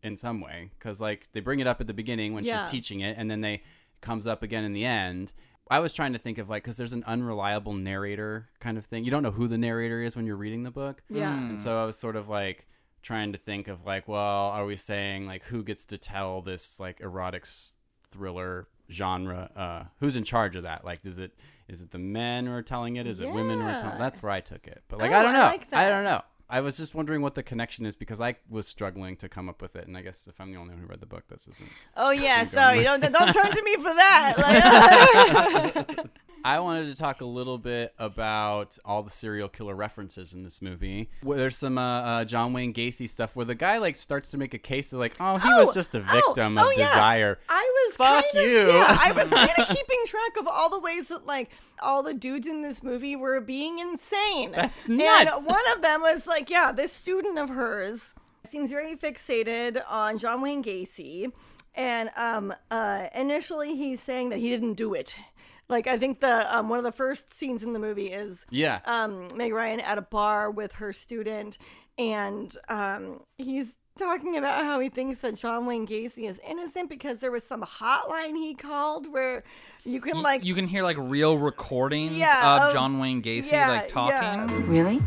in some way because like they bring it up at the beginning when
Yeah.
she's teaching it and then they comes up again in the end i was trying to think of like because there's an unreliable narrator kind of thing you don't know who the narrator is when you're reading the book
Mm.
yeah.
and so i was sort of like trying to think of like well are we saying like who gets to tell this like erotic s- thriller genre uh who's in charge of that like is it is it the men who are telling it is it women who are telling
Yeah.
that's where i took it but like
Oh,
i don't
I
know
like that.
I don't know i was just wondering what the connection is because i was struggling to come up with it and i guess if i'm the only one who read the book this isn't
Oh yeah.
Keep going.
Sorry. Don't don't turn to me for that. Like,
I wanted to talk a little bit about all the serial killer references in this movie. Where there's some uh, uh, John Wayne Gacy stuff where the guy like starts to make a case of like, oh, he
Oh,
was just a
oh,
victim
oh,
of
yeah.
desire.
I was
Fuck
kind of-
you.
yeah, I was kind of keeping track of all the ways that like all the dudes in this movie were being insane. That's
nuts.
And one of them was like, yeah, this student of hers seems very fixated on John Wayne Gacy, and um, uh, initially he's saying that he didn't do it. Like I think the um, one of the first scenes in the movie is
Yeah.
um, Meg Ryan at a bar with her student, and um, he's talking about how he thinks that John Wayne Gacy is innocent because there was some hotline he called where you can like
you can hear like real recordings
Yeah,
of
of-
John Wayne Gacy
yeah,
like
yeah.
talking.
Really?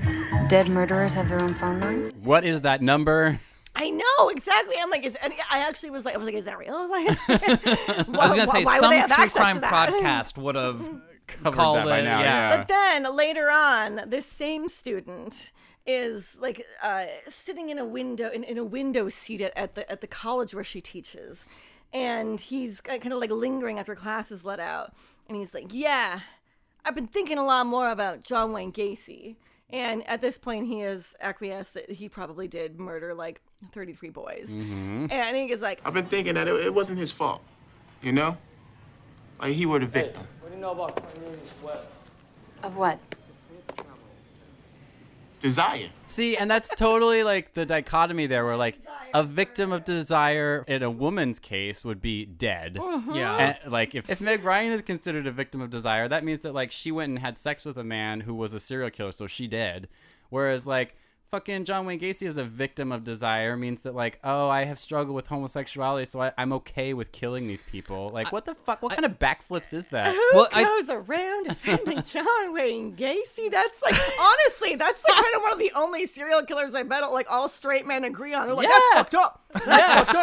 Dead murderers have their own phone lines?
what is that number?
I know exactly. I'm like, is and I actually was like, I was like, is that real? Like,
I was gonna say some true crime
podcast.
podcast would have
Covered
called
that by
it.
now,
yeah.
yeah.
But then later on, this same student is like uh, sitting in a window in, in a window seat at, at the at the college where she teaches, and he's kind of like lingering after class is let out, and he's like, "Yeah, I've been thinking a lot more about John Wayne Gacy." And at this point, he is acquiesced that he probably did murder like 33 boys. And he is like,
I've been thinking that it, it wasn't his fault, you know? Like he were the victim.
What do you know about Cornelius Webb?
Of what?
Desire.
See, and that's totally like the dichotomy there where like a victim of desire in a woman's case would be dead.
Mm-hmm.
Yeah.
And, like Oh. if, if Meg Ryan is considered a victim of desire, that means that like she went and had sex with a man who was a serial killer, so she dead. Whereas like fucking John Wayne Gacy is a victim of desire means that like oh I have struggled with homosexuality, so I, I'm okay with killing these people. Like what the fuck? What kind of backflips is that?
Who
Well, I-
goes around defending John Wayne Gacy? That's like honestly, that's like kind of one of the only serial killers I bet like all straight men agree on. They're like,
Yeah.
that's fucked up. That's fucked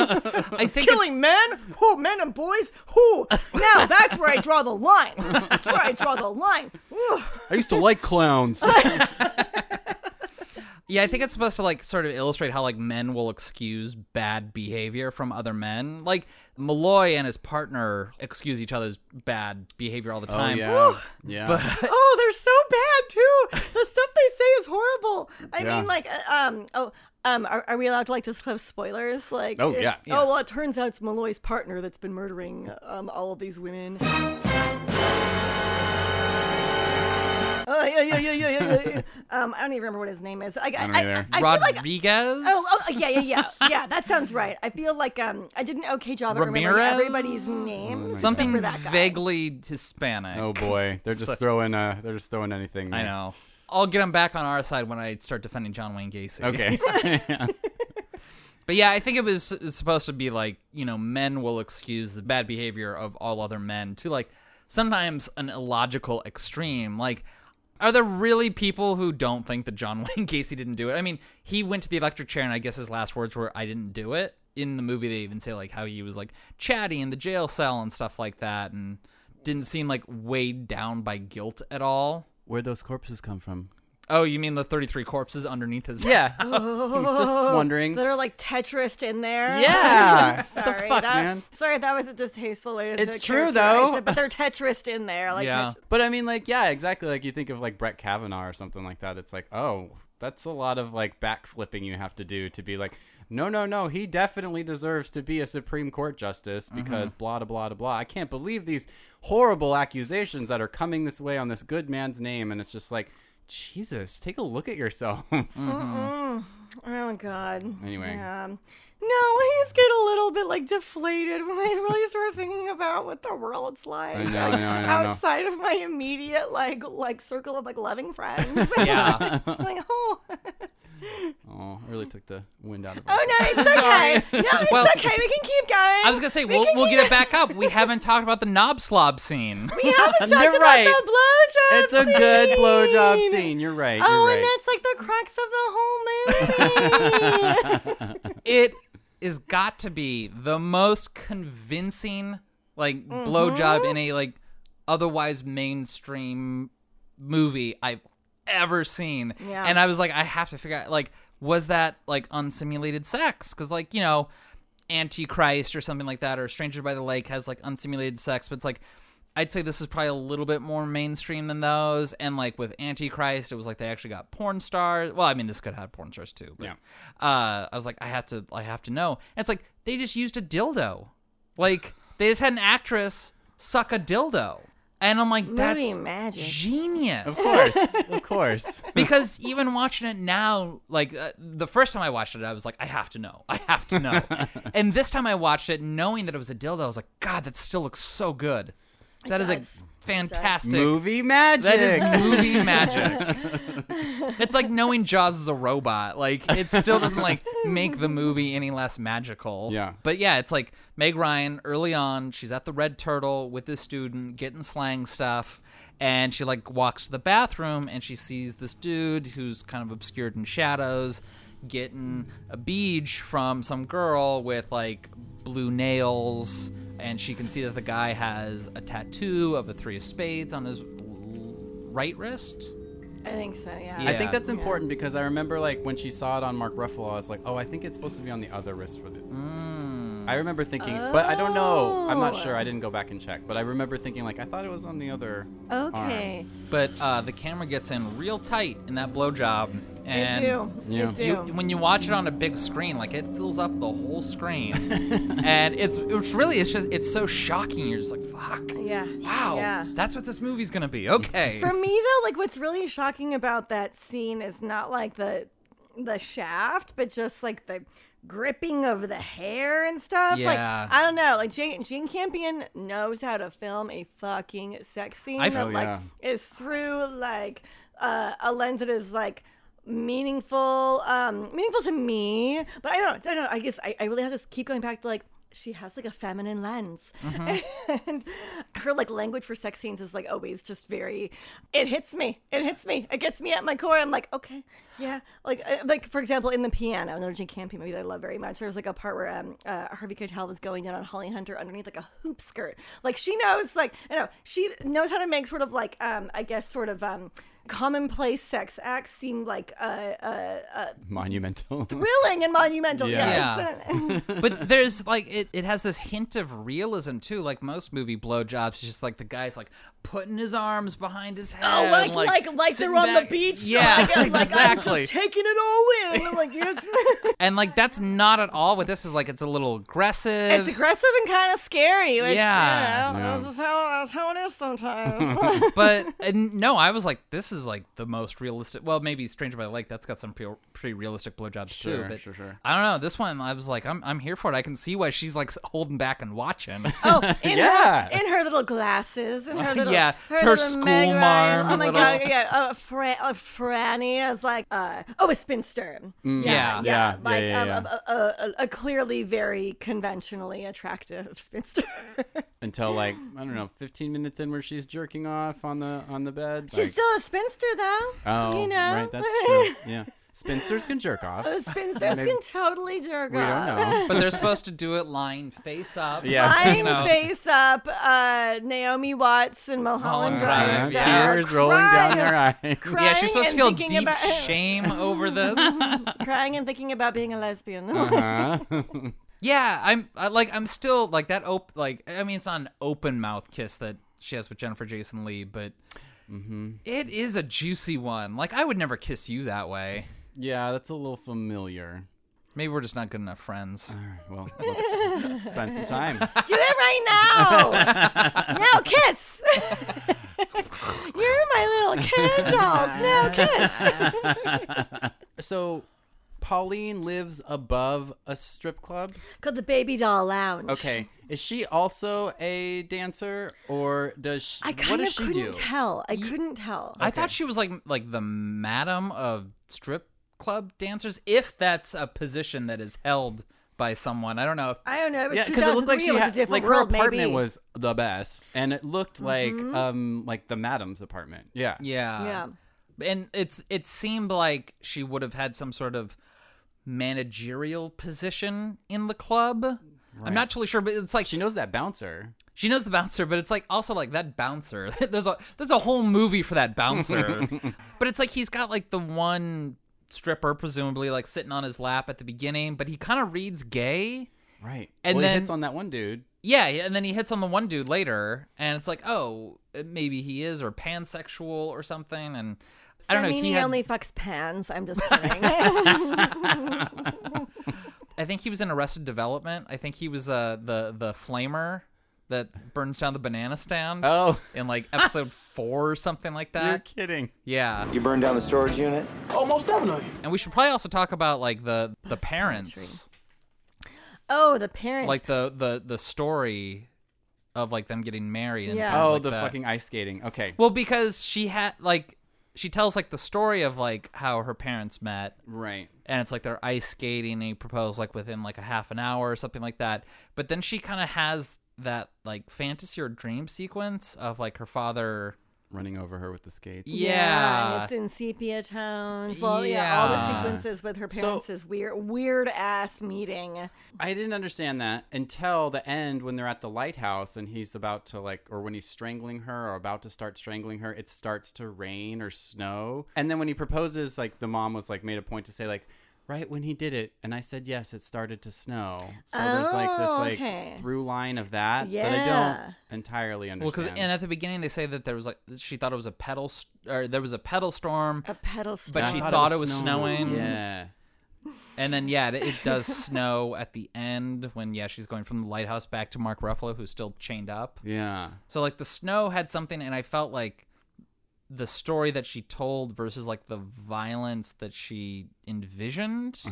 up.
I think it-
Killing men? Who? Men and boys? Who? Now that's where I draw the line. That's where I draw the line. Ooh.
I used to like clowns.
Yeah, I think it's supposed to like sort of illustrate how like men will excuse bad behavior from other men. Like Malloy and his partner excuse each other's bad behavior all the
oh
time.
yeah, yeah.
Oh, they're so Oh, bad too. The stuff they say is horrible. I
Yeah.
mean, like, uh, um, oh, um, are, are we allowed to like disclose spoilers? Like,
Oh,
it-
yeah, yeah.
Oh well, it turns out it's Malloy's partner that's been murdering um all of these women. Oh yeah, yeah, yeah, yeah, yeah, yeah, yeah. Um, I don't even remember what his name is. I, I,
don't
I,
either.
I, I feel like.
Rodriguez.
Oh, oh, yeah, yeah, yeah, yeah. That sounds right. I feel like um, I did an okay job at remembering
Ramirez?
everybody's name. except
Something
for that guy.
vaguely Hispanic.
Oh boy, they're just throwing uh, they're just throwing anything.
I
there.
know. I'll get him back on our side when I start defending John Wayne Gacy.
Okay.
But yeah, I think it was it's supposed to be like, you know, men will excuse the bad behavior of all other men to like sometimes an illogical extreme. Like, are there really people who don't think that John Wayne Gacy didn't do it? I mean, he went to the electric chair and I guess his last words were, I didn't do it. In the movie, they even say like how he was like chatty in the jail cell and stuff like that and didn't seem like weighed down by guilt at all.
Where'd those corpses come from?
Oh, you mean the 33 corpses underneath his
Yeah, just wondering.
Oh, that are like Tetris in there.
Yeah. What the
sorry,
fuck,
that,
man?
Sorry, that was a distasteful way to.
It's
to
true,
characterize
though.
It, but they're Tetris in there. Like,
Yeah.
Tetris-
But I mean, like, yeah, exactly. Like you think of like Brett Kavanaugh or something like that. It's like, oh, that's a lot of like backflipping you have to do to be like, no, no, no, he definitely deserves to be a Supreme Court justice
Mm-hmm.
because blah, blah, blah, blah. I can't believe these horrible accusations that are coming this way on this good man's name. And it's just like, Jesus, take a look at yourself.
Mm. Oh God.
Anyway.
Yeah. No, I just get a little bit like deflated when I really start thinking about what the world's like,
I know, I
like,
know, I know, I know.
outside of my immediate like like circle of like loving friends.
Yeah.
like oh,
oh, I really took the wind out of it.
oh no, it's okay. No, it's
Well-
okay. We can keep going.
I was gonna say
We
we'll
can
we'll
keep
get it back up. We haven't talked about the knob slob scene.
We haven't
You're
talked about
right.
the blowjob.
It's a good blowjob
scene.
scene. You're right. You're
Oh,
right.
and that's like the crux of the whole movie.
It is got to be the most convincing like
Mm-hmm.
blowjob in a like otherwise mainstream movie I've ever seen.
Yeah.
And I was like, I have to figure out like was that like unsimulated sex? Because like you know, Antichrist or something like that, or Stranger by the Lake has like unsimulated sex, but it's like. I'd say this is probably a little bit more mainstream than those. And like with Antichrist, it was like they actually got porn stars. Well, I mean, this could have had porn stars too. But,
Yeah.
Uh, I was like, I have to, I have to know. And it's like they just used a dildo. Like they just had an actress suck a dildo, and I'm like, that's
magic.
genius.
Of course. Of course.
because even watching it now, like uh, the first time I watched it, I was like, I have to know, I have to know. and this time I watched it, knowing that it was a dildo, I was like, God, that still looks so good. That is
does.
a fantastic.
Movie magic.
That is movie magic. it's like knowing Jaws is a robot. Like it still doesn't like make the movie any less magical.
Yeah.
But yeah, it's like Meg Ryan early on, she's at the Red Turtle with this student getting slang stuff. And she like walks to the bathroom and she sees this dude who's kind of obscured in shadows getting a beach from some girl with like blue nails and she can see that the guy has a tattoo of a three of spades on his right wrist.
I think so. Yeah.
I
Yeah.
think that's important because I remember like when she saw it on Mark Ruffalo, I was like, oh, I think it's supposed to be on the other wrist for the.
Mm.
I remember thinking, but I don't know. I'm not
Oh.
sure. I didn't go back and check, but I remember thinking like I thought it was on the other.
Oh. Okay.
But uh, the camera gets in real tight in that blowjob,
They
and
do.
Yeah.
They do.
you- when you watch it on a big screen, like it fills up the whole screen, and it's it's really it's just it's so shocking. You're just like, fuck,
yeah.
wow,
Yeah.
that's what this movie's gonna be. Okay,
For me though, like what's really shocking about that scene is not like the the shaft, but just like the gripping of the hair and stuff.
Yeah.
Like I don't know. Like Jane Jane Campion knows how to film a fucking sex scene
I
that
feel-
like
Yeah.
is through like uh, a lens that is like meaningful, um, meaningful to me. But I don't, I don't. I guess I, I really have to keep going back to like she has like a feminine lens,
Mm-hmm.
and her like language for sex scenes is like always just very. It hits me. It hits me. It gets me at my core. I'm like, okay, yeah. Like uh, like for example, in the piano, another Jane Campion movie that I love very much. There was like a part where um, uh, Harvey Keitel was going down on Holly Hunter underneath like a hoop skirt. Like she knows, like I know she knows how to make sort of like um, I guess sort of um commonplace sex acts seem like uh, uh, uh,
Monumental.
thrilling and monumental.
Yeah.
Yes.
but there's like it, it has this hint of realism too. Like most movie blowjobs, it's just like the guy's like putting his arms behind his head,
Oh, like,
and,
like, like, they're
sitting
on the
back-
beach.
Yeah,
like, I'm, like, I'm
exactly.
just taking it all in. I'm like, yes.
And like that's not at all what this is like. It's a little aggressive.
it's aggressive and kind of scary. Which,
Yeah.
yeah, you know,
Yeah.
That's, just how, that's how it is sometimes.
but and no, I was like, this is like the most realistic. Well, maybe Stranger by the Lake. That's got some pre- pretty realistic blowjobs too.
Sure,
But
sure, sure.
I don't know. This one, I was like, I'm I'm here for it. I can see why she's like holding back and watching.
Oh, in
Yeah.
her in her little glasses and her little
Yeah, her
little
school
Meg Ryan.
marm
Oh my
little-
god, yeah, uh, fra- uh, Franny is like uh, oh a spinster.
yeah.
yeah,
Mm, Yeah, yeah,
like
yeah,
um,
yeah.
A, a, a, a clearly very conventionally attractive spinster.
Until like I don't know, 15 minutes in, where she's jerking off on the on the bed.
She's
like,
still a spinster though.
Oh,
you know,
right. That's true. Yeah. Spinsters can jerk off.
The spinsters
Maybe-
can totally jerk
We don't
off.
know.
but they're supposed to do it lying face up.
Yeah.
Lying
You know.
face up, uh, Naomi Watts and Mulholland
Mulholland
Uh,
Drive,
Drive.
yeah.
Tears rolling down their eyes.
Yeah, she's supposed to feel
thinking
deep
about-
shame over this.
crying and thinking about being a lesbian.
Uh-huh.
Yeah, I'm I, like I'm still like that. Op- like I mean, it's not an open mouth kiss that she has with Jennifer Jason Lee, but It is a juicy one. Like I would never kiss you that way.
Yeah, that's a little familiar.
Maybe we're just not good enough friends.
All right, well, let's spend some time.
Do it right now. now kiss. You're my little cat dolls. Now kiss.
So, Pauline lives above a strip club.
Called the baby doll lounge.
Okay, is she also a dancer, or does she?
I
what
kind
does
of
she do?
couldn't tell. I couldn't tell.
I thought she was like like the madam of strip club dancers, if that's a position that is held by someone. I don't know if
I don't know. It was
yeah, because it
2003.
looked like she
was a
had
different
like her
world,
apartment
maybe. Mm-hmm.
was the best, and it looked like um like the madam's apartment. Yeah,
yeah.
Yeah.
And it's it seemed like she would have had some sort of managerial position in the club. I'm not totally sure, but it's like
She knows that bouncer.
She knows the bouncer, but it's like also like that bouncer. there's a there's a whole movie for that bouncer. but it's like he's got like the one stripper presumably like sitting on his lap at the beginning, but he kind of reads gay.
Right,
And
well,
then-
he hits on that one dude.
Yeah, yeah, and then he hits on the one dude later, and it's like, oh, maybe he is or pansexual or something. And I don't
I
know.
mean,
he
he
had-
only fucks pans. I'm just kidding.
I think he was in Arrested Development. I think he was uh, the the flamer that burns down the banana stand.
Oh.
in like episode four or something like
You're
that.
kidding.
Yeah.
You burned down the storage unit?
Almost definitely.
And we should probably also talk about like the the parents,
oh, the parents.
like the the the story of like them getting married. And
Yeah.
things
Oh,
like
the
that.
fucking ice skating. Okay,
Well, because she had like she tells like the story of like how her parents met,
right.
and it's like they're ice skating. and He proposed like within like a half an hour or something like that. But then she kind of has that like fantasy or dream sequence of like her father.
Running over her with the skates.
Yeah.
and it's in sepia tones. Well, yeah, all the
Yeah.
sequences with her parents is weird, weird ass meeting.
I didn't understand that until the end when they're at the lighthouse and he's about to like or when he's strangling her or about to start strangling her, it starts to rain or snow. And then when he proposes, like the mom was like made a point to say like right when he did it and I said yes, it started to snow. So there's like this
Oh,
like
okay.
through line of that that I
Yeah.
don't entirely understand.
Well, because and at the beginning they say that there was like she thought it was a pedal st- or there was a pedal storm.
A pedal
But
I
she
stone.
thought it was snowing.
Yeah.
And then yeah, it, it does snow at the end when yeah she's going from the lighthouse back to Mark Ruffalo who's still chained up.
Yeah.
So like the snow had something, and I felt like the story that she told versus like the violence that she envisioned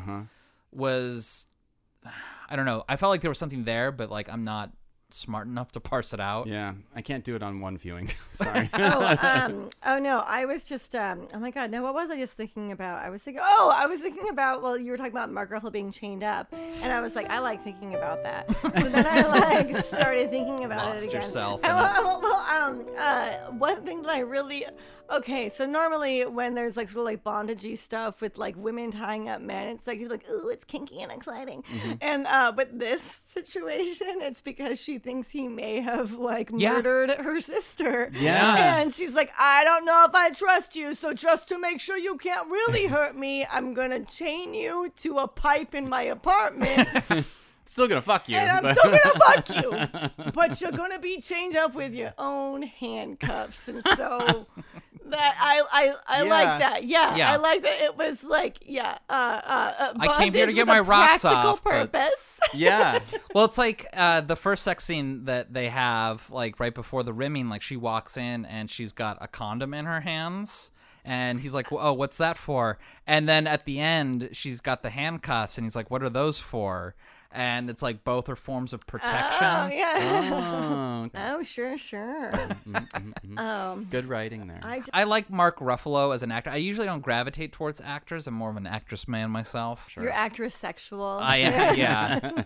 was I don't know. I felt like there was something there, but like I'm not smart enough to parse it out.
Yeah. I can't do it on one viewing. Sorry.
oh, um, oh no, I was just um, oh my god, no, what was I just thinking about? I was thinking, oh, I was thinking about well, you were talking about Mark Ruffalo being chained up, and I was like, I like thinking about that. So then I like started thinking about
Lost
it again.
yourself
And
in
well, well, well, um, uh, one thing that I really okay, so normally when there's like sort of like bondagey stuff with like women tying up men, it's like you're like, ooh, it's kinky and exciting,
Mm-hmm.
and uh, but this situation, it's because she thinks he may have like
Yeah.
murdered her sister.
Yeah.
And she's like, I don't know if I trust you. So just to make sure you can't really hurt me, I'm going to chain you to a pipe in my apartment
Still gonna fuck you.
and I'm
but-
still going to fuck you. But you're going to be chained up with your own handcuffs. And so that I, I, I
Yeah.
like that. Yeah,
Yeah.
I like that. It was like, yeah. Uh, uh, uh,
I came here to
bondage
get
with
my
a
rocks
practical
off, but-
purpose.
yeah.
Well, it's like uh, the first sex scene that they have, like right before the rimming, like she walks in and she's got a condom in her hands. And he's like, "Oh, what's that for?" And then at the end, she's got the handcuffs, and he's like, "What are those for?" And it's like both are forms of protection.
Oh, yeah.
Oh,
Oh, sure, sure. um,
good writing there.
I just,
I like Mark Ruffalo as an actor. I usually don't gravitate towards actors. I'm more of an actress man myself. Sure.
you're actress sexual.
I am, yeah.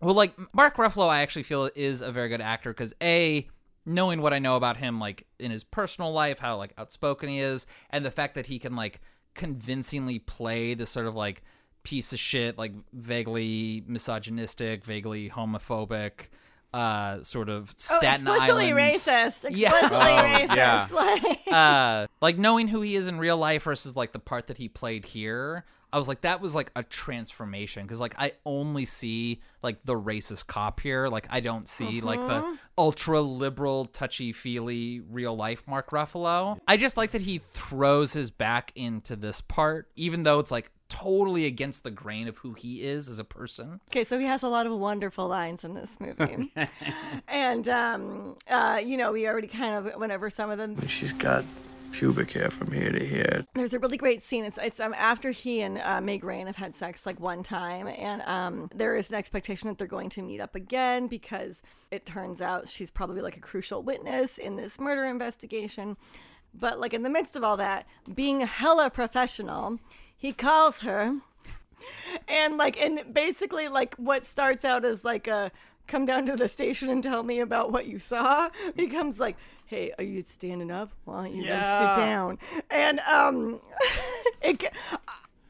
well, like Mark Ruffalo, I actually feel is a very good actor because a knowing what I know about him, like in his personal life, how like outspoken he is, and the fact that he can like convincingly play this sort of like piece of shit, like vaguely misogynistic, vaguely homophobic, uh, sort of Staten
oh, explicitly
Island
racist. Explicitly
Yeah.
racist.
yeah.
Like,
uh, like knowing who he is in real life versus like the part that he played here, I was like, that was like a transformation because like I only see like the racist cop here. Like I don't see like the
Mhm.
ultra liberal, touchy feely real life Mark Ruffalo. I just like that he throws his back into this part, even though it's like totally against the grain of who he is as a person.
Okay, so he has a lot of wonderful lines in this movie. and, um, uh, you know, we already kind of went over some of them.
She's got pubic hair from here to here.
There's a really great scene. It's, it's um, after he and uh, Meg Ryan have had sex like one time, and um, there is an expectation that they're going to meet up again because it turns out she's probably like a crucial witness in this murder investigation. But like in the midst of all that, being hella professional, he calls her, and like and basically like what starts out as like a come down to the station and tell me about what you saw becomes like hey are you standing up why don't you
Yeah.
go sit down and um it, ca-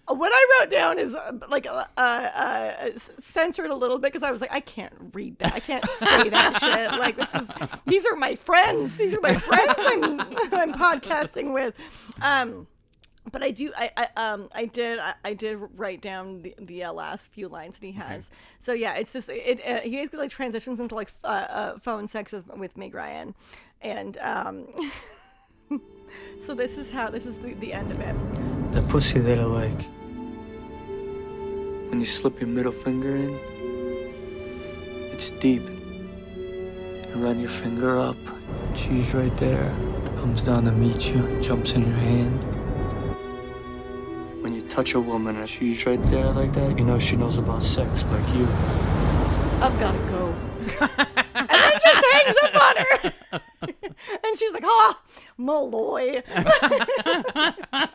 what I wrote down is uh, like uh, uh, uh, censored a little bit because I was like, I can't read that. I can't say that shit. Like this is these are my friends. These are my friends. I'm I'm podcasting with. Um, but I do. I, I um I did. I, I did write down the, the uh, last few lines that he has. So yeah, it's just it. Uh, he basically like transitions into like f- uh, uh, phone sex with, with Meg Ryan, and um. so this is how this is the, the end of it.
That pussy that I like. When you slip your middle finger in, it's deep. You run your finger up. She's right there. Comes down to meet you, jumps in your hand. When you touch a woman and she's right there like that, you know she knows about sex like you.
I've gotta go. and then just hangs up on her. and she's like, oh, Malloy.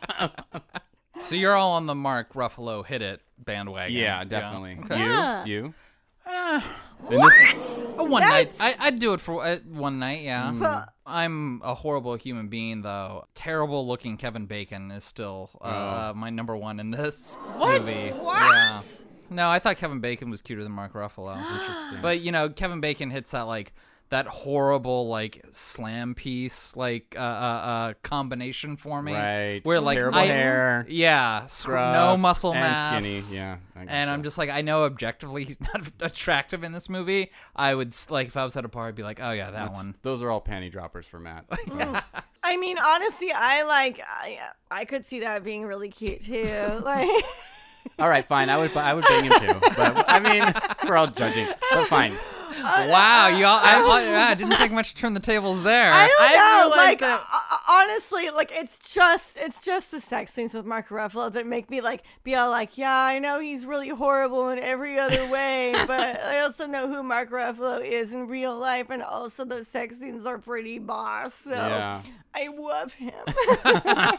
So you're all on the Mark Ruffalo hit it bandwagon.
Yeah, definitely.
Okay. Eh.
You,
Yeah.
you.
And
this-
A one night. I, I'd do it for uh, one night, yeah.
Mm. But-
I'm a horrible human being, though. Terrible looking Kevin Bacon is still
Oh.
uh, my number one in this
What?
movie.
What?
Yeah. No, I thought Kevin Bacon was cuter than Mark Ruffalo. Interesting. But, you know, Kevin Bacon hits that, like, that horrible like slam piece like uh, uh, uh combination for me
Right.
where like
Terrible
I-
hair,
yeah scr- no
rough,
muscle
and
mass
skinny. Yeah, I
and
guess
I'm just like I know objectively he's not attractive in this movie. I would s- like if I was at a bar, I'd be like, oh yeah, that
That's-
one.
Those are all panty droppers for Matt. So.
I mean, honestly, I like, I, I could see that being really cute too. Like,
all right, fine. I would, I would bang him too. But I mean, we're all judging. But fine.
Uh,
wow, y'all! I, I, yeah, it didn't take much to turn the tables there.
I don't know.
realized
like,
that-
uh, honestly, like it's just it's just the sex scenes with Mark Ruffalo that make me like be all like, yeah, I know he's really horrible in every other way, but I also know who Mark Ruffalo is in real life, and also those sex scenes are pretty boss. So
Yeah.
I love him.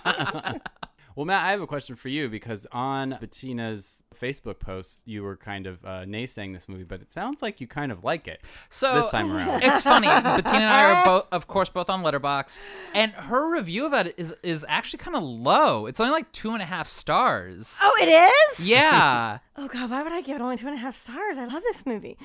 Well, Matt, I have a question for you because on Bettina's Facebook post, you were kind of uh, naysaying this movie, but it sounds like you kind of like it
So
this time around.
it's funny. Bettina and I are both, of course, both on Letterbox, and her review of it is is actually kind of low. It's only like two and a half stars.
oh, it is.
Yeah.
Oh God, why would I give it only two and a half stars? I love this movie.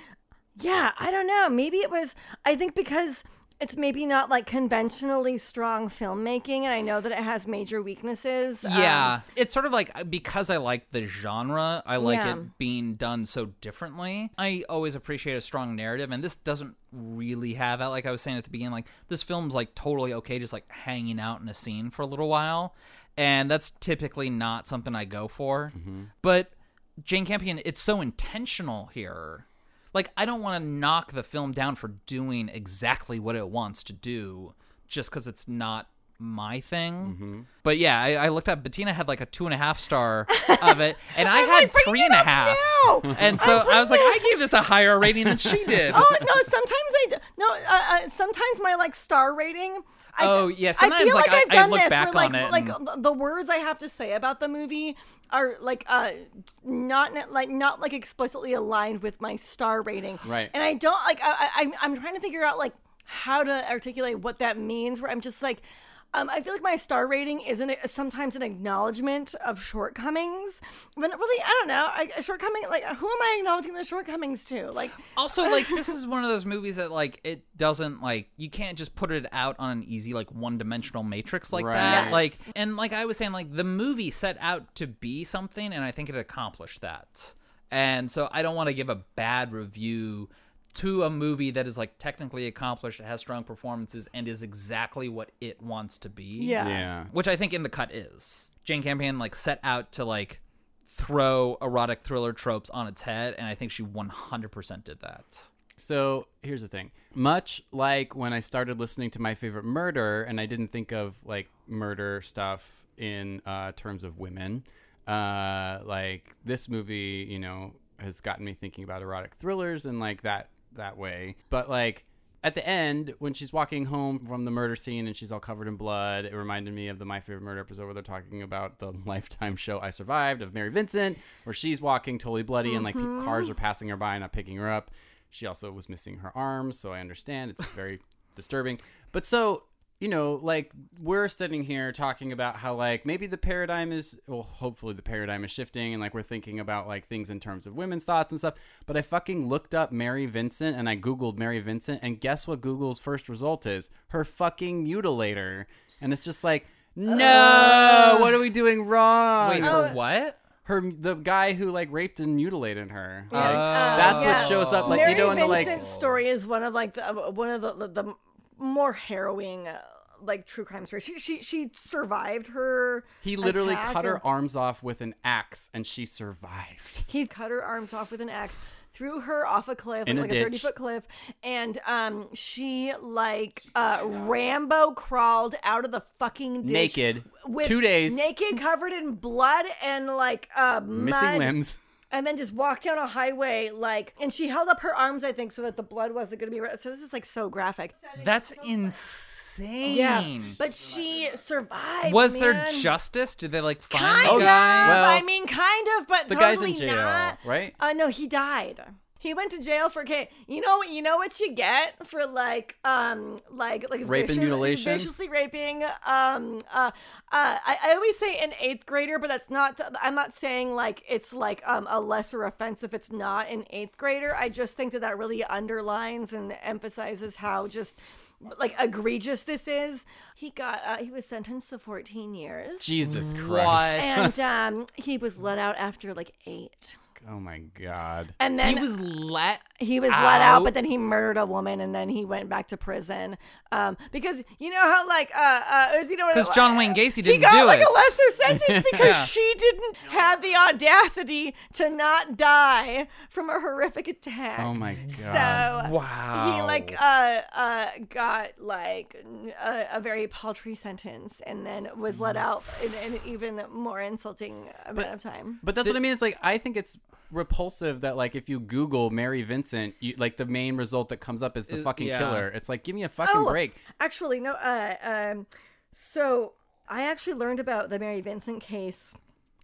Yeah, I don't know. Maybe it was. I think because it's maybe not like conventionally strong filmmaking, and I know that it has major weaknesses. um,
Yeah, it's sort of like uh, because I like the genre, I like
Yeah.
it being done so differently. I always appreciate a strong narrative, and this doesn't really have that. Like I was saying at the beginning, like this film's like totally okay, just like hanging out in a scene for a little while, and that's typically not something I go for. But Jane Campion, it's so intentional here. Like I don't want to knock the film down for doing exactly what it wants to do, just because it's not my thing.
Mm-hmm.
But yeah, I, I looked up. Bettina had like a two and a half star of it, and I had three and a half.
now.
And so
I'm
I was like, I
bringing-
gave this a higher rating than she did.
oh no! Sometimes I d- no. Uh, uh, sometimes my like star rating. I,
Oh, yeah,
I
sometimes,
feel
like,
like,
I-
have
I
done
look
this.
back
where, like,
on it
like
and-
th- the words I have to say about the movie are like uh not ne- like not like explicitly aligned with my star rating.
Right.
And I don't like I, I I'm- I'm trying to figure out like how to articulate what that means. Where I'm just like. Um, I feel like my star rating isn't sometimes an acknowledgement of shortcomings, but really, I don't know. I, a shortcoming, like who am I acknowledging the shortcomings to? Like
Also, like this is one of those movies that like it doesn't like you can't just put it out on an easy like one dimensional matrix like
Right.
that.
Yes.
Like and like I was saying, like the movie set out to be something, and I think it accomplished that. And so I don't want to give a bad review to a movie that is like technically accomplished, has strong performances, and is exactly what it wants to be
Yeah.
Yeah.
which I think in the cut is Jane Campion like set out to like throw erotic thriller tropes on its head, and I think she 100% did that.
So here's the thing. Much like when I started listening to my favorite murder, and I didn't think of like murder stuff in uh, terms of women, uh, like this movie, you know, has gotten me thinking about erotic thrillers and like that that way. But like at the end, when she's walking home from the murder scene and she's all covered in blood, it reminded me of the My Favorite Murder episode where they're talking about the Lifetime show I Survived of Mary Vincent, where she's walking totally bloody and like pe- cars are passing her by and not picking her up. She also was missing her arms, so I understand it's very disturbing. But so you know, like we're sitting here talking about how like maybe the paradigm is well, hopefully the paradigm is shifting and like we're thinking about like things in terms of women's thoughts and stuff. But I fucking looked up Mary Vincent and I Googled Mary Vincent and guess what Google's first result is? Her fucking mutilator. And it's just like no, what are we doing
Uh,
wrong?
Wait, for what?
her the guy who like raped and mutilated her. Like,
Uh,
that's
yeah.
what shows up like
Mary
you know in the like
Vincent's story is one of like the, uh, one of the, the, the more harrowing uh, like true crime stories. She she she survived her.
He literally
attack
cut
and-
her arms off with an axe and she survived.
He cut her arms off with an axe, threw her off a cliff,
In a
like a thirty
ditch.
foot cliff, and um, she like uh, Rambo crawled out of the fucking ditch
Naked.
with
Two days.
naked, covered in blood and like uh,
Missing
mud,
limbs.
and then just walked down a highway like, and she held up her arms, I think, so that the blood wasn't going to be. re- So this is like so graphic.
That's insane.
Yeah, but she survived.
was there
man.
justice? Did they like find
Kind
the
Oh,
of.
guy?
Well,
I mean, kind of, but
the
totally
guy's in jail,
not.
right?
Uh, no, he died. He went to jail for okay. You know what? You know what you get for like, um, like like
Rape and
vicious-
mutilation?
viciously raping. Um, uh, uh, I, I always say an eighth grader, but that's not. I'm not saying like it's like um a lesser offense if it's not an eighth grader. I just think that that really underlines and emphasizes how just like egregious this is. He got uh, he was sentenced to 14 years
Jesus
What?
Christ.
and um, he was let out after like eight.
Oh my God.
And then
he was let.
he was let out,
out?
but then he murdered a woman, and then he went back to prison. Um, because you know how like uh, uh you know
'Cause John Wayne Gacy
he
didn't
got
do
like
it.
a lesser sentence because
Yeah.
she didn't have the audacity to not die from a horrific attack.
Oh my God.
So
Wow.
he like uh uh got like n- a, a very paltry sentence, and then was let
Mm-hmm.
out in an even more insulting amount of time.
But that's what I mean. It's like I think it's repulsive that like if you Google Mary Vincent, you, like the main result that comes up is the
Uh,
fucking
yeah.
killer. It's like give me a fucking
Oh,
break.
Actually, no. Uh, um, so I actually learned about the Mary Vincent case.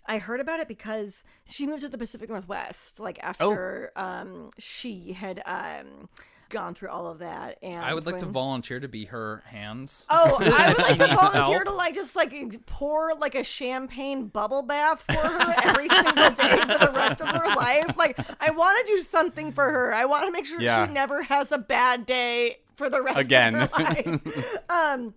I heard about it because she moved to the Pacific Northwest,
Oh.
like after um, she had um, gone through all of that. And
I would like to
when-
volunteer to be her hands.
Oh, I would like to volunteer
help.
to like just like pour like a champagne bubble bath for her every single day for the rest of her life. Like I want to do something for her. I want to make sure
Yeah.
she never has a bad day for the rest
Again.
of her life. um,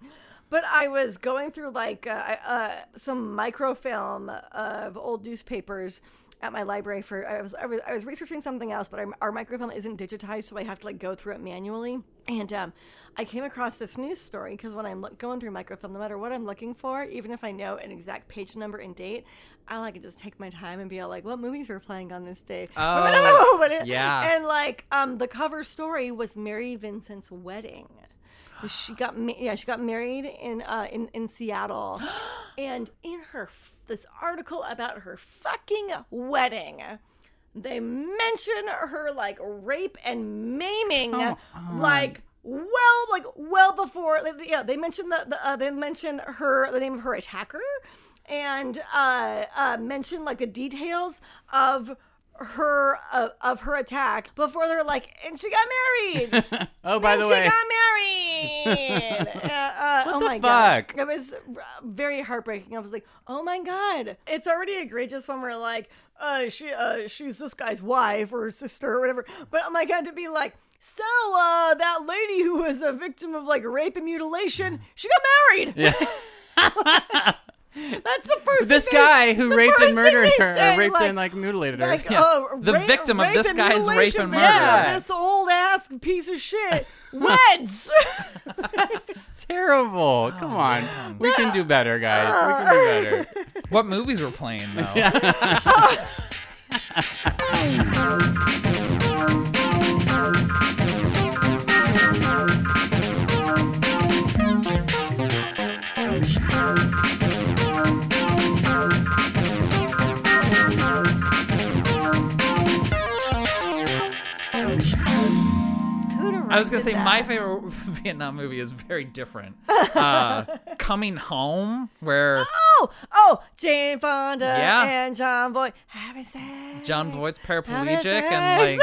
but I was going through like uh, I- uh, some microfilm of old newspapers at my library for I was I was, I was researching something else, but our, our microfilm isn't digitized, so I have to like go through it manually. And um, I came across this news story because when I'm look, going through microfilm, no matter what I'm looking for, even if I know an exact page number and date, I like to just take my time and be all like, "What movies were playing on this day?"
Oh,
What it-
yeah.
And like um, the cover story was Mary Vincent's wedding she got ma- yeah she got married in uh in, in Seattle and in her f- this article about her fucking wedding they mention her like rape and maiming like well like well before like, yeah they mention the, the uh, they mention her the name of her attacker and uh, uh mention like the details of her uh, of her attack before they're like, and she got married.
Oh, by
And
the
she
way.
got married. uh, uh, oh
the
my
fuck?
god, it was uh, very heartbreaking. I was like, oh my god, it's already egregious when we're like, uh, she, uh, she's this guy's wife or sister or whatever. But oh my god, to be like. So, uh, that lady who was a victim of like rape and mutilation, she got married.
Yeah.
That's the first.
This
thing-
guy who
the
raped
first
and murdered
thing they
her,
say,
or raped and like mutilated her.
like,
Yeah.
oh,
The
ra-
victim of
rape
this
and
guy's rape
mutilation
and
victim of
murder.
This old ass piece of shit weds. oh.
it's terrible. Come on, we can do better, guys. We can do better.
What movies were playing though? I was gonna say my favorite Vietnam movie is very different. Uh, Coming Home, where
oh, oh, Jane Fonda
Yeah.
and John Boy having sex.
John Voight's
having
paraplegic
sex.
and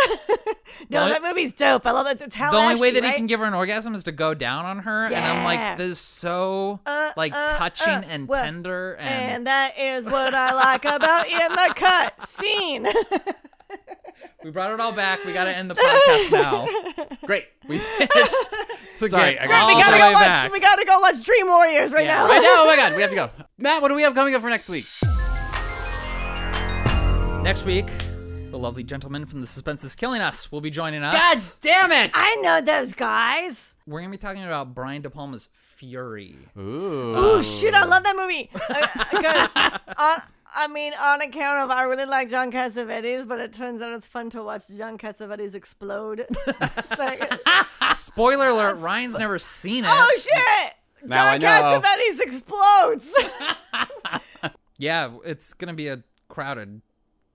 like
no,
what?
that movie's dope. I love that. It's Hal
the only
Ashby,
way that
right?
he can give her an orgasm is to go down on her, and I'm
Yeah.
like, this is so
Uh,
like
uh,
touching
uh,
and
well,
tender and,
And that is what I like about in the cut scene.
we brought it all back. We gotta end the podcast now.
Great.
We finished. So
Sorry,
great.
I
All
got-
we
the
gotta
way
go watch.
back.
We gotta go watch Dream Warriors right now.
I know. Oh my god, we have to go. Matt, what do we have coming up for next week?
Next week, the lovely gentleman from The Suspense is Killing Us will be joining us.
God damn it!
I know those guys.
We're gonna be talking about Brian De Palma's Fury.
Ooh.
Ooh, shoot, I love that movie. I, I- on, I mean, on account of I really like John Cassavetes, but it turns out it's fun to watch John Cassavetes explode. It's like,
Spoiler alert: Ryan's never seen it.
oh shit!
Now
John
I know.
Cassavetes explodes.
Yeah, it's gonna be a crowded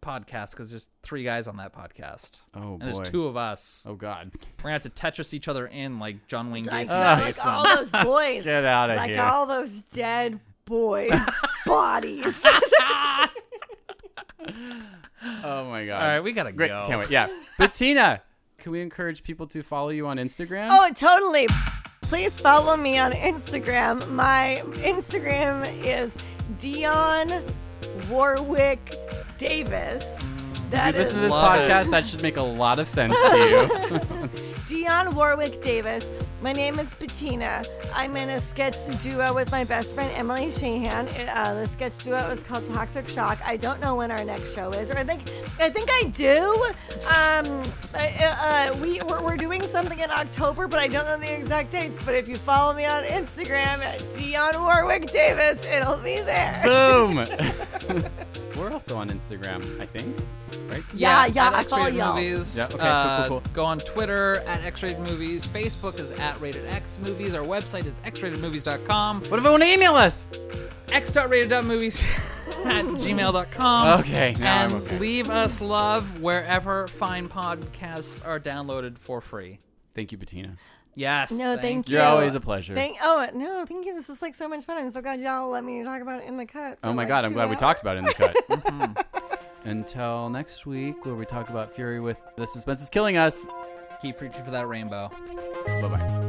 podcast because there's three guys on that podcast.
Oh,
and there's
boy.
two of us.
Oh god.
We're gonna have to Tetris each other in like John Wayne
like,
Gacy's
like all
basement.
those boys,
Get out of
like
here.
all those dead boys' bodies.
Oh my god.
All right, we gotta
Great.
go.
Can't wait. Yeah. Bettina, can we encourage people to follow you on Instagram?
Oh, totally. Please follow me on Instagram. My Instagram is Dion Warwick Davis. That
you listen to
is
this
Love it.
podcast, that should make a lot of sense to you.
Dion Warwick Davis. My name is Bettina. I'm in a sketch duo with my best friend Emily Shahan. It, uh, the sketch duo is called Toxic Shock. I don't know when our next show is, or I think I think I do. Um, uh, uh, we we're, we're doing something in October, but I don't know the exact dates. But if you follow me on Instagram at Dion Warwick Davis, it'll be there.
Boom. We're also on Instagram, I think. Right?
Yeah, yeah,
at
I
X-Rated
follow y'all.
Movies.
Yeah, okay, cool,
Uh,
cool, cool.
Go on Twitter at X-rated movies. Facebook is at rated X movies. Our website is xratedmovies.com.
What if I want to email us?
x.rated.movies at gmail.com.
Okay, now
and
I'm okay.
leave us love wherever fine podcasts are downloaded for free.
Thank you, Bettina.
Yes.
No, thank you.
You're always a pleasure.
Thank, oh no, thank you. This was like so much fun. I'm so glad y'all let me talk about it in the cut. for,
Oh my
like,
god, I'm
two
glad we
hours.
talked about it in the cut. Mm-hmm. Until next week, where we talk about Fury with The Suspense is Killing Us.
Keep reaching for that rainbow.
Bye bye.